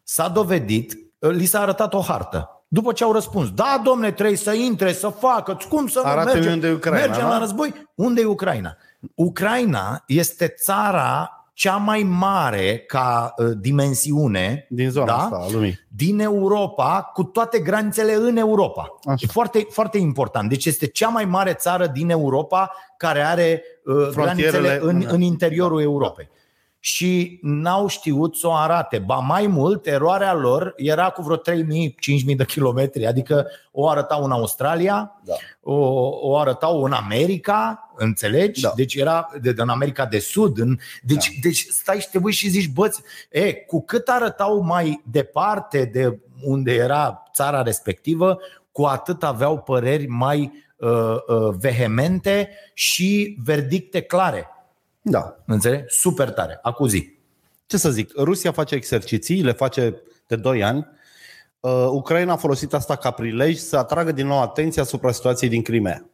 [SPEAKER 2] s-a dovedit, uh, li s-a arătat o hartă. După ce au răspuns, da, domne, trebuie să intre, să facă, cum să nu
[SPEAKER 3] Arată-mi
[SPEAKER 2] mergem,
[SPEAKER 3] unde e Ucraina,
[SPEAKER 2] mergem
[SPEAKER 3] da?
[SPEAKER 2] la război. Unde e Ucraina? Ucraina este țara cea mai mare ca uh, dimensiune
[SPEAKER 3] Din zona
[SPEAKER 2] da?
[SPEAKER 3] asta a lumii.
[SPEAKER 2] din Europa, cu toate granițele în Europa.
[SPEAKER 3] Așa.
[SPEAKER 2] E foarte, foarte important. Deci este cea mai mare țară din Europa care are uh, granițele în, în interiorul Europei. Și n-au știut să o arate. Ba mai mult, eroarea lor era cu vreo 3.000-5.000 de kilometri. Adică o arătau în Australia,
[SPEAKER 3] Da.
[SPEAKER 2] o, o arătau în America, înțelegi?
[SPEAKER 3] Da.
[SPEAKER 2] Da. Deci era de, de, în America de Sud. În, deci, da. deci stai și te uiți și zici, bă, e, cu cât arătau mai departe de unde era țara respectivă, cu atât aveau păreri mai uh, uh, vehemente și verdicte clare.
[SPEAKER 3] Da.
[SPEAKER 2] Înțelegi? Super tare. Acum zi.
[SPEAKER 3] ce să zic, Rusia face exerciții, le face de 2 ani. Uh, Ucraina a folosit asta ca prilej să atragă din nou atenția asupra situației din Crimea.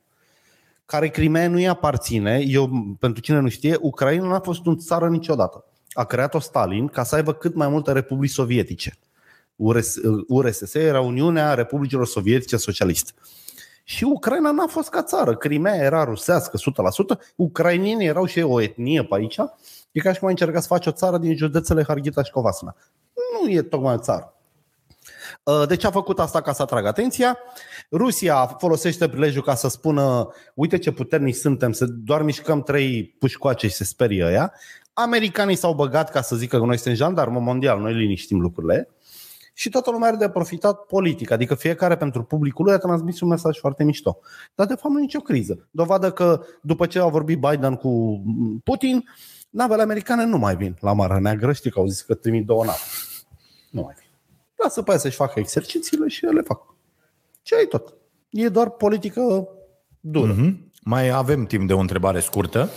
[SPEAKER 3] Care Crimea nu îi aparține, eu, pentru cine nu știe, Ucraina n-a fost un țară niciodată. A creat-o Stalin ca să aibă cât mai multe republici sovietice. URS, URSS era Uniunea Republicilor Sovietice Socialiste. Și Ucraina n-a fost ca țară. Crimea era rusească 100%, ucrainienii erau și ei o etnie pe aici. E ca și cum ai încerca să faci o țară din județele Harghita și Covasna. Nu e tocmai o țară. Uh, Deci a făcut asta ca să atragă atenția. Rusia folosește prilejul ca să spună uite ce puternici suntem, să doar mișcăm trei pușcoace și se sperie ăia. Americanii s-au băgat ca să zică că noi suntem jandarmă mondial, noi liniștim lucrurile. Și toată lumea are de profitat politic, adică fiecare pentru publicul lui a transmis un mesaj foarte mișto. Dar de fapt nu e nicio criză. Dovadă că după ce a vorbit Biden cu mm, Putin, navele americane nu mai vin la Marea Neagră, știi că au zis că trimit două nave. Nu mai vin. Lasă pe aia să-și facă exercițiile și ele fac. Ce ai tot. E doar politică dură. Mm-hmm.
[SPEAKER 2] Mhm. Mai avem timp de o întrebare scurtă.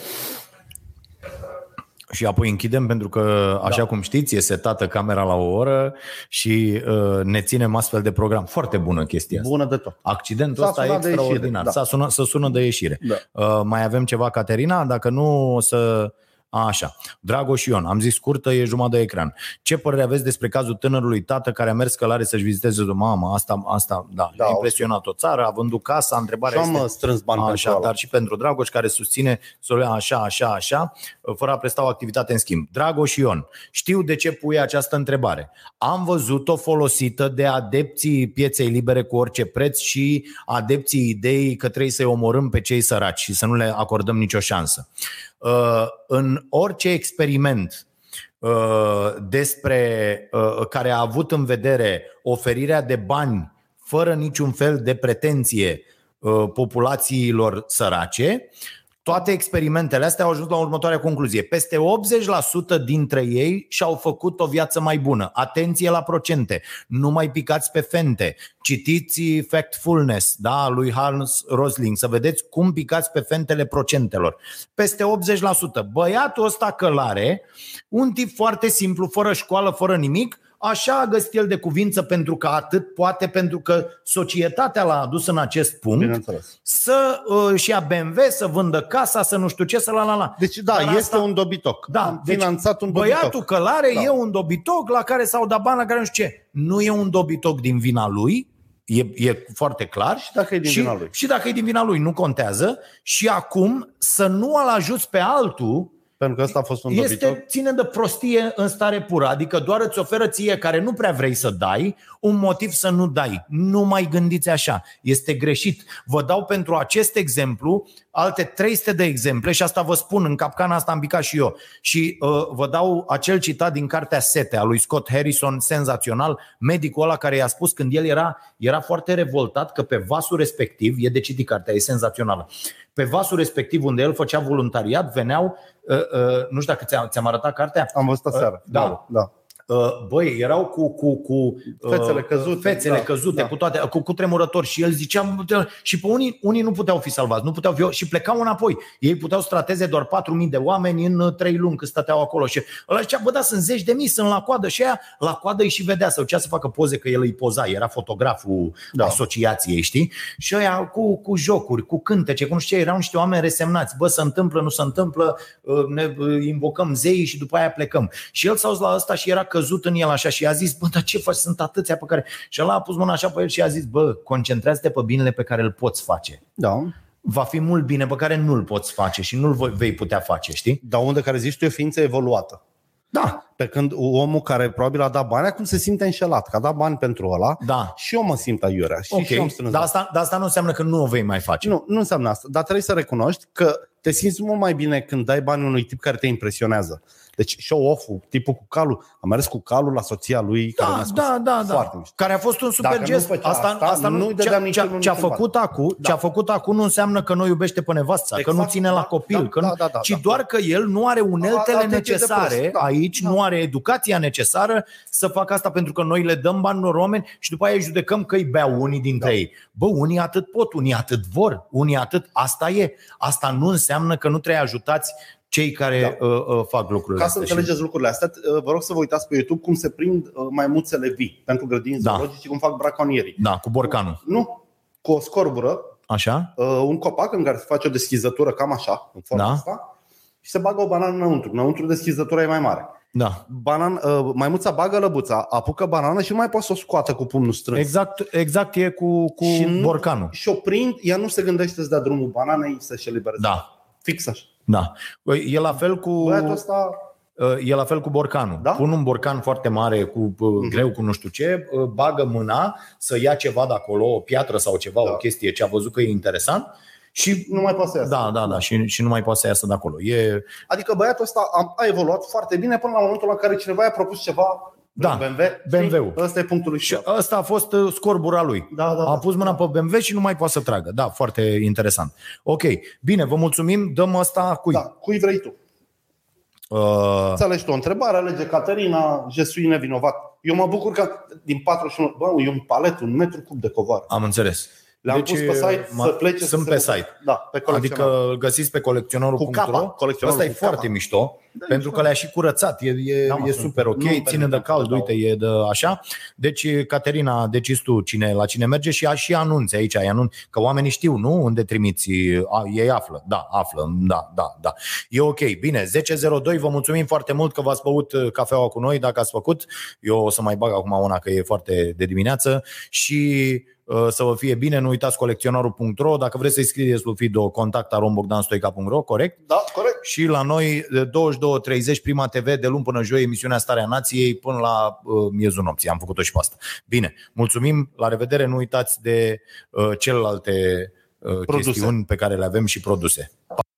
[SPEAKER 2] Și apoi închidem pentru că, așa da. cum știți, e setată camera la o oră și uh, ne ținem astfel de program. Foarte bună chestia asta.
[SPEAKER 3] Bună de tot.
[SPEAKER 2] Accidentul
[SPEAKER 3] S-a
[SPEAKER 2] ăsta e
[SPEAKER 3] sunat de ieșire,
[SPEAKER 2] extraordinar.
[SPEAKER 3] da.
[SPEAKER 2] S-a sunat, să sună de ieșire. Da. Uh, mai avem ceva, Caterina? Dacă nu, o să... A, așa. Dragoș Ion, am zis scurtă, e jumătate de ecran. Ce părere aveți despre cazul tânărului tată care a mers călare să-și viziteze de mama? Asta, asta da,
[SPEAKER 3] Da,
[SPEAKER 2] da a impresionat o țară, a vândut casa, întrebarea
[SPEAKER 3] Și am
[SPEAKER 2] este...
[SPEAKER 3] uh, strâns bani pentru
[SPEAKER 2] Așa,
[SPEAKER 3] ăla.
[SPEAKER 2] dar și pentru Dragoș care susține Solea așa, așa, așa, uh, fără a presta o activitate în schimb. Dragoș Ion, știu de ce pui această întrebare. Am văzut-o folosită de adepții pieței libere cu orice preț și adepții ideii că trebuie să-i omorâm pe cei săraci și să nu le acordăm nicio șansă. Uh, În orice experiment uh, despre uh, care a avut în vedere oferirea de bani fără niciun fel de pretenție uh, populațiilor sărace, toate experimentele astea au ajuns la următoarea concluzie. Peste 80% dintre ei și-au făcut o viață mai bună. Atenție la procente, nu mai picați pe fente. Citiți Factfulness da, lui Hans Rosling să vedeți cum picați pe fentele procentelor. Peste 80%. Băiatul ăsta călare, un tip foarte simplu, fără școală, fără nimic, Așa a găsit el de cuvință pentru că atât poate, pentru că societatea l-a adus în acest punct
[SPEAKER 3] Bineînțeles.
[SPEAKER 2] să uh, și ia BMW, să vândă casa, să nu știu ce, să la la la.
[SPEAKER 3] Deci da,
[SPEAKER 2] Dar
[SPEAKER 3] este
[SPEAKER 2] asta-
[SPEAKER 3] un dobitoc.
[SPEAKER 2] da,
[SPEAKER 3] Am finanțat un dobitoc.
[SPEAKER 2] Băiatul călare
[SPEAKER 3] Da.
[SPEAKER 2] da. e un dobitoc la care s-au dat bani, la care nu știu ce. Nu e un dobitoc din vina lui, e, e foarte clar. Și
[SPEAKER 3] dacă e din
[SPEAKER 2] și,
[SPEAKER 3] vina lui.
[SPEAKER 2] Și dacă e din vina lui, nu contează. Și acum să nu al ajuți pe altul
[SPEAKER 3] Pentru că ăsta a fost un dobitoc.
[SPEAKER 2] este, ține de prostie în stare pură, adică doar îți oferă ție care nu prea vrei să dai, un motiv să nu dai. Nu mai gândiți așa, este greșit. Vă dau pentru acest exemplu alte 300 de exemple și asta vă spun, în capcana asta am picat și eu. Și uh, vă dau acel citat din cartea Sete a lui Scott Harrison, senzațional, medicul ăla care i-a spus când el era, era foarte revoltat că pe vasul respectiv, e de citit cartea, e senzațională, pe vasul respectiv unde el făcea voluntariat veneau, uh, uh, nu știu dacă ți-am, ți-am arătat cartea,
[SPEAKER 3] Am văzut aseară.
[SPEAKER 2] da.
[SPEAKER 3] da.
[SPEAKER 2] Uh, Băi, erau cu, cu, cu uh,
[SPEAKER 3] Fețele căzute,
[SPEAKER 2] fețele
[SPEAKER 3] da,
[SPEAKER 2] căzute
[SPEAKER 3] da.
[SPEAKER 2] cu toate, cu, cu tremurători și el zicea "Putea-" și pe unii, unii nu puteau fi salvați, nu puteau fi și plecau înapoi. Ei puteau să trateze doar 4.000 de oameni în uh, trei luni cât stăteau acolo și ăla zicea, bă, da, sunt zeci de mii, sunt la coadă și aia la coadă îi și vedea, sau cea să facă poze că el îi poza, era fotograful da. asociației, știi? Și ăia cu, cu jocuri, cu cântece, cum știu ce, erau niște oameni resemnați, bă, se întâmplă, nu se întâmplă, uh, ne uh, invocăm zeii și după aia plecăm. Și el s-a dus la ăsta și era căzut în el așa și a zis, bă, dar ce faci, sunt atâția pe care... Și ăla a pus mâna așa pe el și a zis, bă, concentrează-te pe binele pe care îl poți face.
[SPEAKER 3] da.
[SPEAKER 2] Va fi mult bine pe care nu-l poți face și nu-l voi- vei putea face, știi?
[SPEAKER 3] Dar unde care zici tu e o ființă evoluată.
[SPEAKER 2] Da,
[SPEAKER 3] Pe când omul care probabil a dat bani, acum se simte înșelat, că a dat bani pentru ăla
[SPEAKER 2] Da.
[SPEAKER 3] și eu mă simt aiurea. Și,
[SPEAKER 2] ok.
[SPEAKER 3] și eu îmi strâns
[SPEAKER 2] Dar
[SPEAKER 3] bani.
[SPEAKER 2] asta, dar asta nu înseamnă că nu o vei mai face.
[SPEAKER 3] Nu, nu înseamnă asta, dar trebuie să recunoști că te simți mult mai bine când dai bani unui tip care te impresionează. Deci show-off-ul, tipul cu calul, am mers cu calul la soția lui care
[SPEAKER 2] Da,
[SPEAKER 3] ne-a spus
[SPEAKER 2] da, da, da.
[SPEAKER 3] foarte mișto.
[SPEAKER 2] Care a fost un super
[SPEAKER 3] Dacă nu
[SPEAKER 2] gest.
[SPEAKER 3] făcea
[SPEAKER 2] Asta,
[SPEAKER 3] asta,
[SPEAKER 2] asta nu
[SPEAKER 3] nu-i dădeam
[SPEAKER 2] ce,
[SPEAKER 3] nici
[SPEAKER 2] ce,
[SPEAKER 3] unul
[SPEAKER 2] ce a
[SPEAKER 3] niciun Da.
[SPEAKER 2] făcut acum, ce a făcut acum nu înseamnă că nu iubește pe nevasta, exact, că nu
[SPEAKER 3] Exact,
[SPEAKER 2] ține
[SPEAKER 3] da,
[SPEAKER 2] la copil,
[SPEAKER 3] da,
[SPEAKER 2] că
[SPEAKER 3] da,
[SPEAKER 2] nu,
[SPEAKER 3] da, da,
[SPEAKER 2] ci
[SPEAKER 3] da.
[SPEAKER 2] doar că el nu are
[SPEAKER 3] A-
[SPEAKER 2] uneltele
[SPEAKER 3] alte de plus,
[SPEAKER 2] necesare
[SPEAKER 3] da,
[SPEAKER 2] aici,
[SPEAKER 3] da.
[SPEAKER 2] nu are educația necesară să facă asta pentru că noi le dăm bani unor oameni și după aia îi judecăm că îi beau unii dintre da. ei. Bă, unii atât pot, unii atât vor, unii atât, asta e. Asta nu înseamnă că nu trebuie ajutați cei care da. uh, uh, fac lucrurile
[SPEAKER 3] Ca să
[SPEAKER 2] astea. Și-
[SPEAKER 3] înțelegeți lucrurile astea, t- vă rog să vă uitați pe YouTube cum se prind uh, maimuțele vii pentru grădini
[SPEAKER 2] Da.
[SPEAKER 3] zoologice, și cum fac braconierii.
[SPEAKER 2] Da, cu borcanul.
[SPEAKER 3] Nu, cu o scorbură,
[SPEAKER 2] Așa?
[SPEAKER 3] uh, un copac în care se face o deschizătură cam așa, în forma
[SPEAKER 2] Da.
[SPEAKER 3] da. asta, și se bagă o banană înăuntru. Înăuntru deschizătura e mai mare.
[SPEAKER 2] Da.
[SPEAKER 3] Banan, uh, maimuța bagă lăbuța, apucă banana și nu mai poate să o scoată cu pumnul strâns.
[SPEAKER 2] Exact, exact e cu, cu
[SPEAKER 3] Și nu-
[SPEAKER 2] borcanul.
[SPEAKER 3] Și o prind, ea nu se gândește să dea drumul bananei să-și elibereze.
[SPEAKER 2] Da,
[SPEAKER 3] Fix așa.
[SPEAKER 2] da. Păi, E la fel cu
[SPEAKER 3] Băiatul ăsta
[SPEAKER 2] e la fel cu borcanul.
[SPEAKER 3] Da? Mhm.
[SPEAKER 2] Pun un borcan foarte mare cu uh, greu cu nu știu ce, uh, bagă mâna să ia ceva de acolo, o piatră sau ceva,
[SPEAKER 3] Da.
[SPEAKER 2] o chestie ce a văzut că e interesant și
[SPEAKER 3] nu mai poate să iasă.
[SPEAKER 2] da, da, da, și, și nu mai poate să iasă de acolo. E,
[SPEAKER 3] Adică băiatul ăsta a, a evoluat foarte bine până la momentul la care cineva i-a propus ceva
[SPEAKER 2] Da,
[SPEAKER 3] BMW. știi?
[SPEAKER 2] BMW-ul.
[SPEAKER 3] Ăsta e punctul lui
[SPEAKER 2] și
[SPEAKER 3] și
[SPEAKER 2] ăsta a fost uh, scorbura lui.
[SPEAKER 3] Da, da,
[SPEAKER 2] A
[SPEAKER 3] da.
[SPEAKER 2] pus mâna pe BMW și nu mai poate să tragă. Da, foarte interesant. Ok, bine, vă mulțumim. Dăm asta cui?
[SPEAKER 3] Da, cui vrei tu?
[SPEAKER 2] Uh,
[SPEAKER 3] Îți alegi tu o întrebare, alege Caterina, je suis nevinovat. Eu mă bucur că din 41, bă, e un palet, un metru cub de covoară.
[SPEAKER 2] am înțeles.
[SPEAKER 3] Le-am
[SPEAKER 2] Deci,
[SPEAKER 3] deci, pus pe site
[SPEAKER 2] mă-
[SPEAKER 3] să plece.
[SPEAKER 2] sunt
[SPEAKER 3] să
[SPEAKER 2] pe
[SPEAKER 3] se-
[SPEAKER 2] site.
[SPEAKER 3] Da, pe colecționar.
[SPEAKER 2] Adică îl găsiți pe colecționerul.ro
[SPEAKER 3] Cu capa, colecționarul
[SPEAKER 2] Asta e
[SPEAKER 3] cu capa.
[SPEAKER 2] foarte mișto da, Pentru că le-a și curățat E, e,
[SPEAKER 3] Da,
[SPEAKER 2] da,
[SPEAKER 3] mă,
[SPEAKER 2] e
[SPEAKER 3] sunt-
[SPEAKER 2] super ok
[SPEAKER 3] nu îmi
[SPEAKER 2] Ține
[SPEAKER 3] permiteam
[SPEAKER 2] de
[SPEAKER 3] să
[SPEAKER 2] cald
[SPEAKER 3] dau.
[SPEAKER 2] Uite, e de așa Deci, Caterina, decizi tu cine, la cine merge Și a și anunțe aici ai anun... Că oamenii știu, nu? Unde trimiți a, Ei află Da, află Da, da, da E ok Bine, 10.02 Vă mulțumim foarte mult că v-ați băut uh, cafeaua cu noi Dacă ați făcut Eu o să mai bag acum una Că e foarte de dimineață Și uh, să vă fie bine, nu uitați colecționarul.ro Dacă vreți să-i scrieți lui Fido, contact arombogdanstoica.ro, corect?
[SPEAKER 3] Da, corect.
[SPEAKER 2] Și la noi, de 22.30, Prima TV, de luni până joi, emisiunea Starea Nației, până la uh, miezul nopții. Am făcut-o și pe asta. Bine, mulțumim, la revedere, nu uitați de uh, celelalte uh,
[SPEAKER 3] Produse.
[SPEAKER 2] chestiuni pe care le avem și produse.